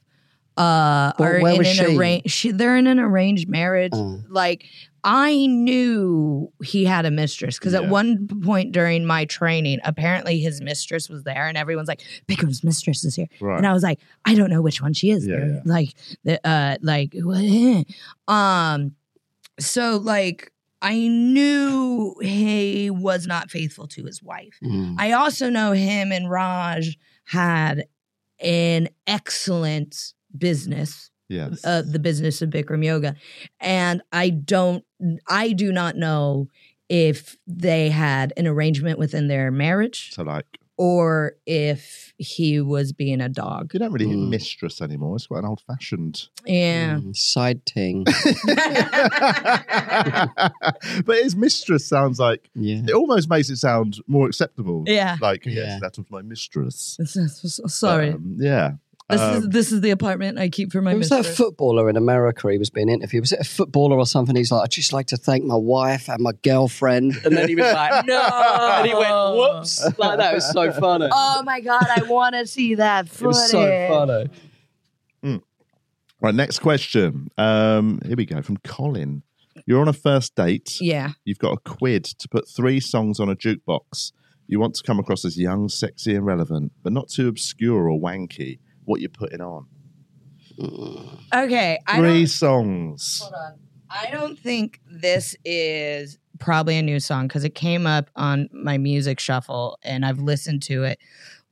[SPEAKER 2] Uh,
[SPEAKER 5] But
[SPEAKER 2] are
[SPEAKER 5] where
[SPEAKER 2] in
[SPEAKER 5] was
[SPEAKER 2] an
[SPEAKER 5] she?
[SPEAKER 2] arra- she? They're in an arranged marriage.
[SPEAKER 5] Oh.
[SPEAKER 2] Like I knew he had a mistress because at
[SPEAKER 4] Yeah.
[SPEAKER 2] one point during my training, apparently his mistress was there, and everyone's like, "Bickham's mistress is here,"
[SPEAKER 4] Right.
[SPEAKER 2] and I was like, "I don't know which one she is."
[SPEAKER 4] Yeah,
[SPEAKER 2] They're
[SPEAKER 4] yeah.
[SPEAKER 2] Like, the, uh, like, um, so like I knew he was not faithful to his wife.
[SPEAKER 5] Mm.
[SPEAKER 2] I also know him and Raj had an excellent business,
[SPEAKER 4] Yes.
[SPEAKER 2] uh, the business of Bikram Yoga. And I don't, I do not know if they had an arrangement within their marriage
[SPEAKER 4] so, like,
[SPEAKER 2] or if he was being a dog.
[SPEAKER 4] you don't really hear
[SPEAKER 5] Mm.
[SPEAKER 4] mistress anymore. It's quite an old fashioned.
[SPEAKER 2] Yeah.
[SPEAKER 5] Mm, Side ting.
[SPEAKER 4] but his mistress sounds like
[SPEAKER 5] yeah.
[SPEAKER 4] it almost makes it sound more acceptable.
[SPEAKER 2] Yeah.
[SPEAKER 4] Like,
[SPEAKER 5] Yeah.
[SPEAKER 4] yes, that was my mistress.
[SPEAKER 2] This is- Sorry.
[SPEAKER 4] Um, yeah.
[SPEAKER 2] this,
[SPEAKER 4] Um,
[SPEAKER 2] is, this is the apartment I keep for my
[SPEAKER 5] Who was that
[SPEAKER 2] mistress.
[SPEAKER 5] footballer in America? He was being interviewed. Was it a footballer or something? He's like, I'd just like to thank my wife and my girlfriend. And then he was like,
[SPEAKER 2] No.
[SPEAKER 5] And he went, whoops. Like, that was so funny.
[SPEAKER 2] Oh my God, I want to see that
[SPEAKER 5] it
[SPEAKER 2] footage.
[SPEAKER 5] was so funny.
[SPEAKER 4] Right, next question. Um, here we go from Colin. You're on a first date.
[SPEAKER 2] Yeah.
[SPEAKER 4] You've got a quid to put three songs on a jukebox. You want to come across as young, sexy, and relevant, but not too obscure or wanky. What you're putting on?
[SPEAKER 2] Okay. I don't-
[SPEAKER 4] Three songs.
[SPEAKER 2] Hold on. I don't think this is probably a new song because it came up on my music shuffle and I've listened to it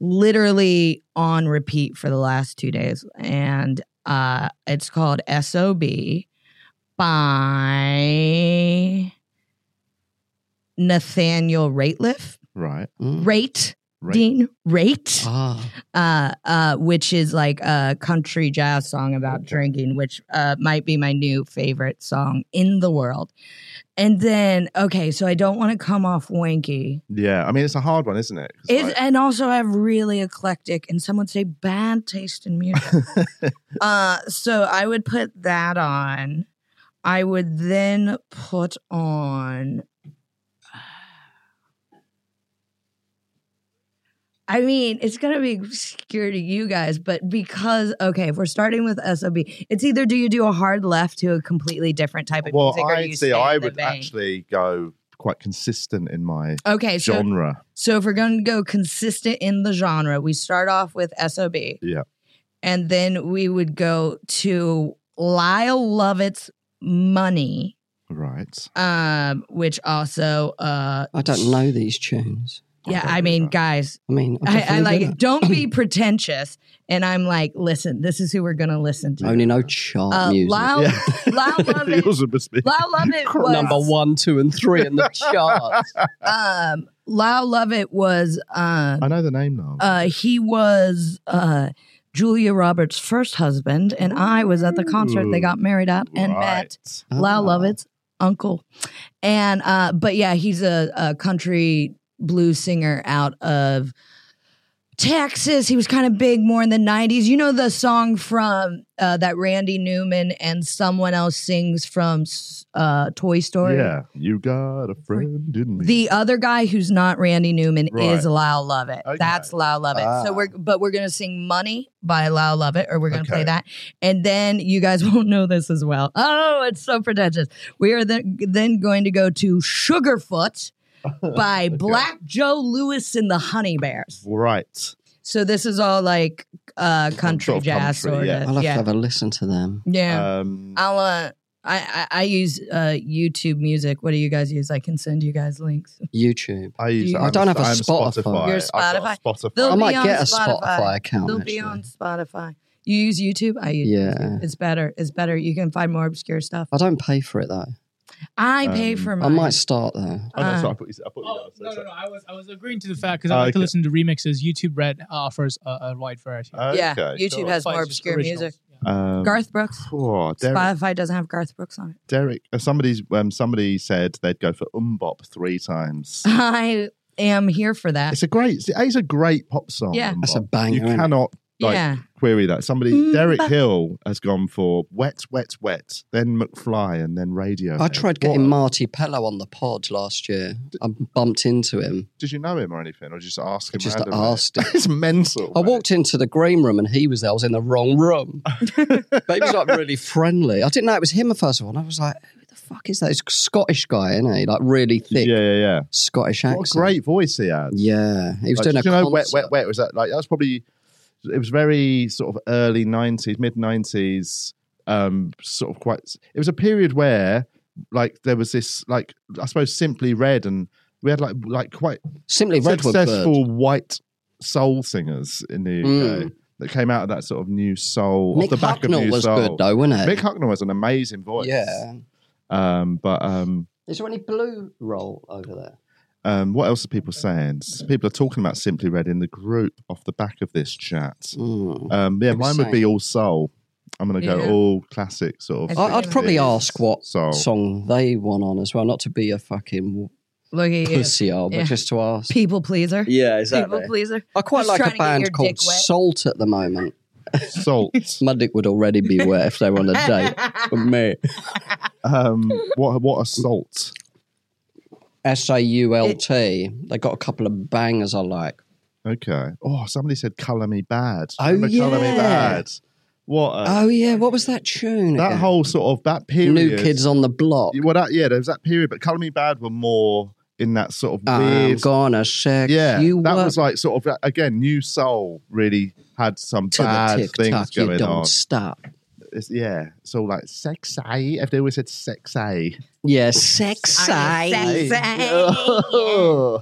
[SPEAKER 2] literally on repeat for the last two days. And uh, it's called SOB by Nathaniel Rateliff.
[SPEAKER 4] Right.
[SPEAKER 5] Mm.
[SPEAKER 2] Rate.
[SPEAKER 4] right.
[SPEAKER 2] Dean Rate
[SPEAKER 5] Ah,
[SPEAKER 2] uh, uh, which is like a country jazz song about drinking, which uh, might be my new favorite song in the world. And then, okay, so I don't want to come off wanky.
[SPEAKER 4] Yeah. I mean, it's a hard one, isn't it? 'Cause,
[SPEAKER 2] It's,
[SPEAKER 4] like,
[SPEAKER 2] and also, I have really eclectic, and some would say bad taste in music. uh, so I would put that on. I would then put on. I mean, it's gonna be obscure to you guys, but because okay, if we're starting with SOB, it's either do you do a hard left to a completely different type of
[SPEAKER 4] well,
[SPEAKER 2] music, or do
[SPEAKER 4] I
[SPEAKER 2] you
[SPEAKER 4] see.
[SPEAKER 2] stay in
[SPEAKER 4] I
[SPEAKER 2] the
[SPEAKER 4] would
[SPEAKER 2] vein?
[SPEAKER 4] actually go quite consistent in my
[SPEAKER 2] Okay, so
[SPEAKER 4] genre.
[SPEAKER 2] so if we're going to go consistent in the genre, we start off with SOB.
[SPEAKER 4] Yeah.
[SPEAKER 2] And then we would go to Lyle Lovett's Money,
[SPEAKER 4] Right.
[SPEAKER 2] um, which also uh
[SPEAKER 5] I don't know these tunes.
[SPEAKER 2] yeah, I mean, guys,
[SPEAKER 5] I mean, I'm
[SPEAKER 2] I, I
[SPEAKER 5] definitely
[SPEAKER 2] like
[SPEAKER 5] doing
[SPEAKER 2] it. Don't be pretentious. And I'm like, listen, this is who we're gonna listen
[SPEAKER 5] that.
[SPEAKER 2] to.
[SPEAKER 5] I only know chart
[SPEAKER 2] Uh,
[SPEAKER 5] music.
[SPEAKER 2] Lyle,
[SPEAKER 4] Yeah.
[SPEAKER 2] Lyle Love It,
[SPEAKER 4] Yours must be-
[SPEAKER 2] Lyle Love It was
[SPEAKER 5] Number one, two, and three in the charts.
[SPEAKER 2] Um, Lyle Love It was um,
[SPEAKER 4] I know the name now.
[SPEAKER 2] uh, he was uh, Julia Roberts' first husband, and I was at the concert they got married at and met
[SPEAKER 4] Right.
[SPEAKER 2] Lyle
[SPEAKER 5] Ah.
[SPEAKER 2] Lovett's uncle. And uh, but yeah, he's a, a country blues singer out of Texas. He was kind of big more in the '90s. You know the song from uh, that Randy Newman and someone else sings from uh, Toy Story.
[SPEAKER 4] Yeah, you got a friend in me.
[SPEAKER 2] The other guy who's not Randy Newman
[SPEAKER 4] Right.
[SPEAKER 2] is Lyle Lovett.
[SPEAKER 4] Okay.
[SPEAKER 2] That's Lyle Lovett.
[SPEAKER 4] Ah.
[SPEAKER 2] So we're but we're gonna sing "Money" by Lyle Lovett, or we're gonna
[SPEAKER 4] Okay.
[SPEAKER 2] play that, and then you guys won't know this as well. Oh, it's so pretentious. We are then, then going to go to "Sugarfoot" by Black Joe Lewis and the Honey Bears.
[SPEAKER 4] right.
[SPEAKER 2] So this is all like uh, country
[SPEAKER 4] sort of
[SPEAKER 2] jazz
[SPEAKER 4] country,
[SPEAKER 2] sort
[SPEAKER 4] yeah.
[SPEAKER 5] I'll
[SPEAKER 2] of.
[SPEAKER 5] have
[SPEAKER 2] Yeah,
[SPEAKER 5] to have a listen to them.
[SPEAKER 2] yeah.
[SPEAKER 4] Um,
[SPEAKER 2] I'll. Uh, I, I I use uh, YouTube Music. What do you guys use? I can send you guys links.
[SPEAKER 5] YouTube.
[SPEAKER 4] I use.
[SPEAKER 2] you-
[SPEAKER 4] I'm
[SPEAKER 5] I don't have a
[SPEAKER 4] I'm
[SPEAKER 5] Spotify.
[SPEAKER 2] You're
[SPEAKER 4] I've got Spotify.
[SPEAKER 2] They'll
[SPEAKER 5] I
[SPEAKER 2] be
[SPEAKER 5] might
[SPEAKER 2] on
[SPEAKER 5] get a
[SPEAKER 2] Spotify.
[SPEAKER 5] Spotify, account.
[SPEAKER 2] They'll
[SPEAKER 5] actually.
[SPEAKER 2] be on Spotify. You use YouTube? I use
[SPEAKER 5] Yeah.
[SPEAKER 2] YouTube. It's better. It's better. You can find more obscure stuff.
[SPEAKER 5] I don't pay for it though.
[SPEAKER 2] I pay
[SPEAKER 4] Um,
[SPEAKER 2] for
[SPEAKER 5] I
[SPEAKER 2] mine.
[SPEAKER 5] might start there.
[SPEAKER 4] Oh, no,
[SPEAKER 2] Uh,
[SPEAKER 4] sorry, I put you. I put you
[SPEAKER 6] Oh,
[SPEAKER 4] down, so
[SPEAKER 6] no, no,
[SPEAKER 4] sorry.
[SPEAKER 6] no. I was, I was agreeing to the fact because I like to
[SPEAKER 4] Okay.
[SPEAKER 6] listen to remixes. YouTube Red offers a, a wide variety.
[SPEAKER 5] Uh,
[SPEAKER 2] yeah.
[SPEAKER 4] Okay,
[SPEAKER 2] YouTube
[SPEAKER 4] cool.
[SPEAKER 2] has
[SPEAKER 6] Besides
[SPEAKER 2] more
[SPEAKER 6] just
[SPEAKER 2] obscure
[SPEAKER 6] originals.
[SPEAKER 2] music.
[SPEAKER 6] Yeah.
[SPEAKER 4] Um,
[SPEAKER 2] Garth Brooks.
[SPEAKER 4] Oh, Derek,
[SPEAKER 2] Spotify doesn't have Garth Brooks on it.
[SPEAKER 4] Derek uh, somebody's um, somebody said they'd go for Umbop three times.
[SPEAKER 2] I am here for that.
[SPEAKER 4] It's a great. It's a great pop song.
[SPEAKER 2] Yeah.
[SPEAKER 5] That's a
[SPEAKER 4] Umbop.
[SPEAKER 5] banger.
[SPEAKER 4] You
[SPEAKER 5] innit?
[SPEAKER 4] cannot like,
[SPEAKER 2] yeah.
[SPEAKER 4] query that. Somebody,
[SPEAKER 2] Mm,
[SPEAKER 4] Derek
[SPEAKER 2] but-
[SPEAKER 4] Hill has gone for wet, wet, wet, then McFly, and then Radio.
[SPEAKER 5] I tried getting Marty Pello on the pod last year. I bumped into him.
[SPEAKER 4] Did you know him or anything, or just ask
[SPEAKER 5] I
[SPEAKER 4] him?
[SPEAKER 5] just
[SPEAKER 4] randomly?
[SPEAKER 5] asked him.
[SPEAKER 4] it's mental.
[SPEAKER 5] I
[SPEAKER 4] mate.
[SPEAKER 5] walked into the green room and he was there. I was in the wrong room. but he was like really friendly. I didn't know it was him at first of all. And I was like, who the fuck is that? It's a Scottish guy, isn't he? Like really thick
[SPEAKER 4] Yeah, yeah, yeah.
[SPEAKER 5] Scottish
[SPEAKER 4] What
[SPEAKER 5] accent.
[SPEAKER 4] a great voice he had.
[SPEAKER 5] Yeah. He was
[SPEAKER 4] Like,
[SPEAKER 5] doing a
[SPEAKER 4] did you know, wet,
[SPEAKER 5] concert.
[SPEAKER 4] wet, wet. Was that like that was probably? It was very sort of early nineties, mid nineties. Um, sort of quite. It was a period where, like, there was this, like, I suppose, simply red, and we had like, like, quite
[SPEAKER 5] Simply Redwood Bird.
[SPEAKER 4] successful white soul singers in the UK that came out of that sort of new soul off
[SPEAKER 5] Hmm. Mick
[SPEAKER 4] the back of
[SPEAKER 5] Hucknall
[SPEAKER 4] new
[SPEAKER 5] was
[SPEAKER 4] soul.
[SPEAKER 5] good though, wasn't
[SPEAKER 4] Mick
[SPEAKER 5] it?
[SPEAKER 4] Hucknall has an amazing voice.
[SPEAKER 5] Yeah.
[SPEAKER 4] Um, but um,
[SPEAKER 5] Is there any blue roll over there?
[SPEAKER 4] um, what else are people saying? S- People are talking about Simply Red in the group off the back of this chat.
[SPEAKER 5] Mm.
[SPEAKER 4] Um, yeah,
[SPEAKER 5] They were
[SPEAKER 4] mine would be all soul. I'm going to go
[SPEAKER 2] Yeah.
[SPEAKER 4] all classic sort of.
[SPEAKER 5] I- I'd probably ask what
[SPEAKER 4] soul.
[SPEAKER 5] song they won on as well, not to be a fucking
[SPEAKER 2] Look at you.
[SPEAKER 5] pussy hole,
[SPEAKER 2] Yeah.
[SPEAKER 5] but just to ask.
[SPEAKER 2] People pleaser.
[SPEAKER 5] Yeah,
[SPEAKER 2] People pleaser.
[SPEAKER 5] I quite
[SPEAKER 2] Just trying
[SPEAKER 5] like a
[SPEAKER 2] to get your
[SPEAKER 5] band called
[SPEAKER 2] dick wet.
[SPEAKER 5] Salt at the moment.
[SPEAKER 4] Salt.
[SPEAKER 5] My dick would already be wet if they were on a date with me.
[SPEAKER 4] um, what what a salt.
[SPEAKER 5] S A U L T. They got a couple of bangers I like.
[SPEAKER 4] Okay. Oh, somebody said "Color Me Bad."
[SPEAKER 5] Oh,
[SPEAKER 4] Remember Colour Me
[SPEAKER 5] yeah.
[SPEAKER 4] Bad. What a,
[SPEAKER 5] Oh yeah, what was that tune?
[SPEAKER 4] Uh, that
[SPEAKER 5] again?
[SPEAKER 4] whole sort of that period.
[SPEAKER 5] New Kids on the Block.
[SPEAKER 4] Well, that yeah, there was that period, but Colour Me Bad were more in that sort of
[SPEAKER 5] I'm
[SPEAKER 4] weird.
[SPEAKER 5] Um, gonna sex
[SPEAKER 4] yeah,
[SPEAKER 5] Ah, you
[SPEAKER 4] that
[SPEAKER 5] up
[SPEAKER 4] was like sort of again, New Soul really had some
[SPEAKER 5] to the
[SPEAKER 4] bad
[SPEAKER 5] tick
[SPEAKER 4] things
[SPEAKER 5] tock. You
[SPEAKER 4] going
[SPEAKER 5] don't
[SPEAKER 4] on.
[SPEAKER 5] stop.
[SPEAKER 4] It's, yeah, so like sexy. If they always said sexy,
[SPEAKER 5] Yeah, sexy.
[SPEAKER 4] uh,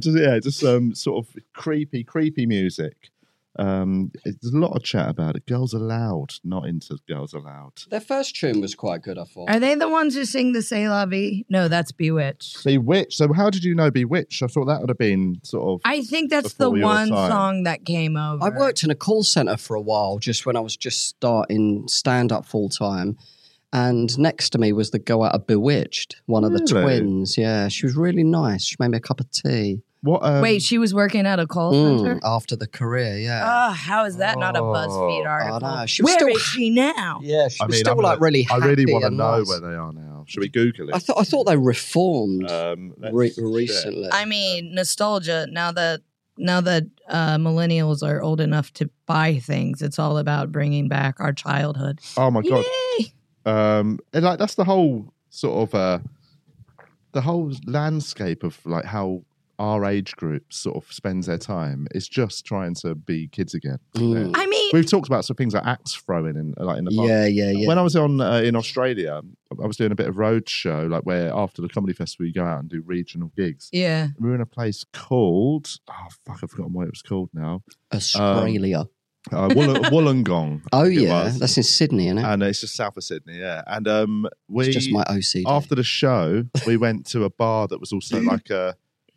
[SPEAKER 4] just yeah, just um sort of creepy, creepy music. Um, it- there's a lot of chat about it. Girls Allowed, not into Girls Allowed.
[SPEAKER 5] Their first tune was quite good, I thought.
[SPEAKER 2] Are they the ones who sing the "Say La Vie"? No, that's Bewitched.
[SPEAKER 4] Bewitched. So how did you know Bewitched? I thought that would have been sort of.
[SPEAKER 2] I think that's
[SPEAKER 4] Before
[SPEAKER 2] the
[SPEAKER 4] your
[SPEAKER 2] one
[SPEAKER 4] time.
[SPEAKER 2] song that came over.
[SPEAKER 5] I worked in a call center for a while, just when I was just starting stand up full time. And next to me was the go out of Bewitched, one of the
[SPEAKER 4] Really?
[SPEAKER 5] twins. Yeah, she was really nice. She made me a cup of tea
[SPEAKER 4] What? Um,
[SPEAKER 2] Wait, she was working at a call
[SPEAKER 5] Mm,
[SPEAKER 2] center.
[SPEAKER 5] after the career. Yeah,
[SPEAKER 2] Oh, how is that not a BuzzFeed
[SPEAKER 4] Oh,
[SPEAKER 2] article?
[SPEAKER 5] I
[SPEAKER 2] Where
[SPEAKER 5] know.
[SPEAKER 2] is
[SPEAKER 5] She was still-
[SPEAKER 2] she now?
[SPEAKER 5] yeah. She
[SPEAKER 4] I
[SPEAKER 5] was
[SPEAKER 4] mean,
[SPEAKER 5] still
[SPEAKER 4] I'm
[SPEAKER 5] like
[SPEAKER 4] gonna-
[SPEAKER 5] really.
[SPEAKER 4] I
[SPEAKER 5] Happy
[SPEAKER 4] really want to
[SPEAKER 5] and
[SPEAKER 4] know
[SPEAKER 5] nice.
[SPEAKER 4] where they are now. Should we Google it?
[SPEAKER 5] I thought I thought they reformed
[SPEAKER 4] Um, let's
[SPEAKER 5] re-
[SPEAKER 4] check.
[SPEAKER 5] recently.
[SPEAKER 2] I mean, nostalgia. Now that now that uh, millennials are old enough to buy things, it's all about bringing back our childhood.
[SPEAKER 4] Oh my god.
[SPEAKER 2] Yay!
[SPEAKER 4] Um, and like that's the whole sort of uh, the whole landscape of like how
[SPEAKER 7] our age group sort of spends their time is just trying to be kids again.
[SPEAKER 8] Mm.
[SPEAKER 2] I mean,
[SPEAKER 7] We've talked about some things like axe throwing in like in the past.
[SPEAKER 8] Yeah, yeah, yeah.
[SPEAKER 7] When I was on uh, in Australia, I was doing a bit of road show, like where after the comedy festival you go out and do regional gigs.
[SPEAKER 2] yeah.
[SPEAKER 7] We were in a place called oh fuck, I've forgotten what it was called now.
[SPEAKER 8] Australia.
[SPEAKER 7] Uh, Woll- Wollongong. I
[SPEAKER 8] oh
[SPEAKER 7] think it
[SPEAKER 8] yeah,
[SPEAKER 7] was.
[SPEAKER 8] that's in Sydney, isn't it?
[SPEAKER 7] and it's just south of Sydney, yeah. And um, we
[SPEAKER 8] it's just my eh? OCD.
[SPEAKER 7] after the show, we went to a bar that was also like a,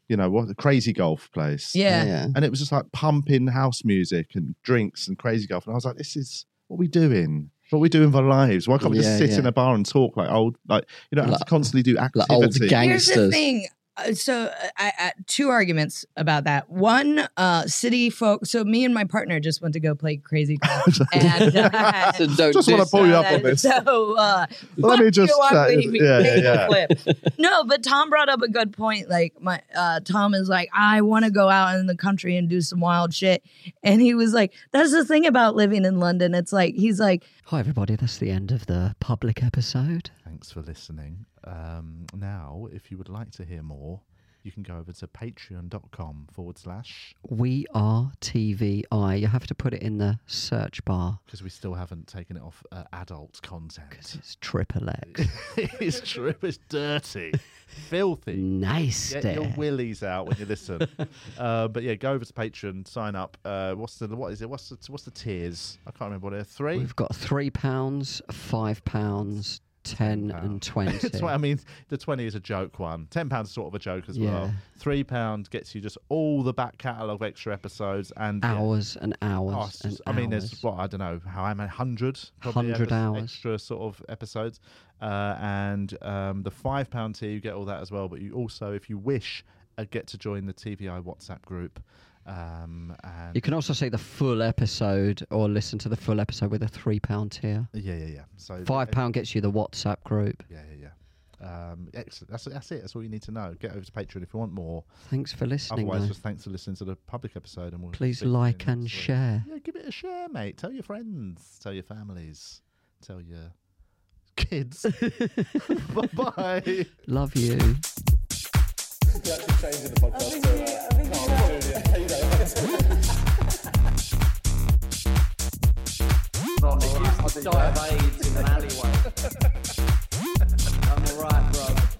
[SPEAKER 7] you know, what a crazy golf place.
[SPEAKER 2] Yeah.
[SPEAKER 7] And it was just like pumping house music and drinks and crazy golf. And I was like, this is what are we doing. What are we doing with our lives? Why can't we
[SPEAKER 8] Yeah,
[SPEAKER 7] just sit
[SPEAKER 8] yeah.
[SPEAKER 7] in a bar and talk like old, like you don't have to
[SPEAKER 8] Like-
[SPEAKER 7] constantly do
[SPEAKER 8] like
[SPEAKER 7] activity.
[SPEAKER 8] old gang-
[SPEAKER 2] Here's the
[SPEAKER 8] Gangsters.
[SPEAKER 2] thing. Uh, So, uh, I, I, two arguments about that. One, uh, city folk. So, me and my partner just went to go play Crazy Golf. and, uh,
[SPEAKER 8] So don't
[SPEAKER 7] Just wanna
[SPEAKER 8] diss
[SPEAKER 7] pull you
[SPEAKER 2] so
[SPEAKER 7] up on
[SPEAKER 2] that-
[SPEAKER 7] this.
[SPEAKER 2] So, uh,
[SPEAKER 7] Let me just, uh, yeah, yeah, yeah.
[SPEAKER 2] no, but Tom brought up a good point. Like my uh, Tom is like, I want to go out in the country and do some wild shit, and he was like, that's the thing about living in London. It's like he's like,
[SPEAKER 5] Hi, everybody. That's the end of the public episode.
[SPEAKER 4] Thanks for listening. Um, now, if you would like to hear more, you can go over to patreon.com forward slash
[SPEAKER 5] We are TVI. You have to put it in the search bar
[SPEAKER 4] because we still haven't taken it off uh, adult
[SPEAKER 5] because
[SPEAKER 4] content.
[SPEAKER 5] it's triple X.
[SPEAKER 4] it's true, it's dirty, filthy.
[SPEAKER 5] nice
[SPEAKER 4] Get your
[SPEAKER 5] day.
[SPEAKER 4] willies out when you listen. uh, but yeah, go over to Patreon, sign up. Uh, what's the what is it? What's the what's the tiers? I can't remember what they're three.
[SPEAKER 5] We've got three pounds, five pounds, ten, and twenty.
[SPEAKER 4] That's what I mean. The twenty is a joke one. Ten pounds sort of a joke as well.
[SPEAKER 5] Yeah.
[SPEAKER 4] Three pound gets you just all the back catalogue of extra episodes and yeah,
[SPEAKER 5] hours and hours.
[SPEAKER 4] Oh, it's
[SPEAKER 5] and
[SPEAKER 4] just- I mean,
[SPEAKER 5] hours.
[SPEAKER 4] there's what I don't know how I'm at hundred, probably
[SPEAKER 5] 100
[SPEAKER 4] epi-
[SPEAKER 5] hours.
[SPEAKER 4] extra sort of episodes, uh, and um, the five pound tier you get all that as well. But you also, if you wish, uh, get to join the TVI WhatsApp group. Um, and
[SPEAKER 5] You can also see the full episode or listen to the full episode with a three pound tier.
[SPEAKER 4] yeah, yeah, yeah. So
[SPEAKER 5] Five pound gets you the WhatsApp group.
[SPEAKER 4] Yeah, yeah, yeah. Um, excellent. That's that's it. That's all you need to know. Get over to Patreon if you want more.
[SPEAKER 5] Thanks for listening.
[SPEAKER 4] Otherwise,
[SPEAKER 5] though.
[SPEAKER 4] just thanks for listening to the public episode, and we'll
[SPEAKER 5] Please
[SPEAKER 4] speak to you
[SPEAKER 5] like and
[SPEAKER 4] next week.
[SPEAKER 5] share.
[SPEAKER 4] Yeah, give it a share, mate. Tell your friends, tell your families, tell your kids. bye bye.
[SPEAKER 5] Love you.
[SPEAKER 9] We're actually changing the podcast. so, uh, no, I'm doing it. Hey, you know, let's do it.
[SPEAKER 3] Bro, I used to die of AIDS in an alleyway. I'm alright, bro.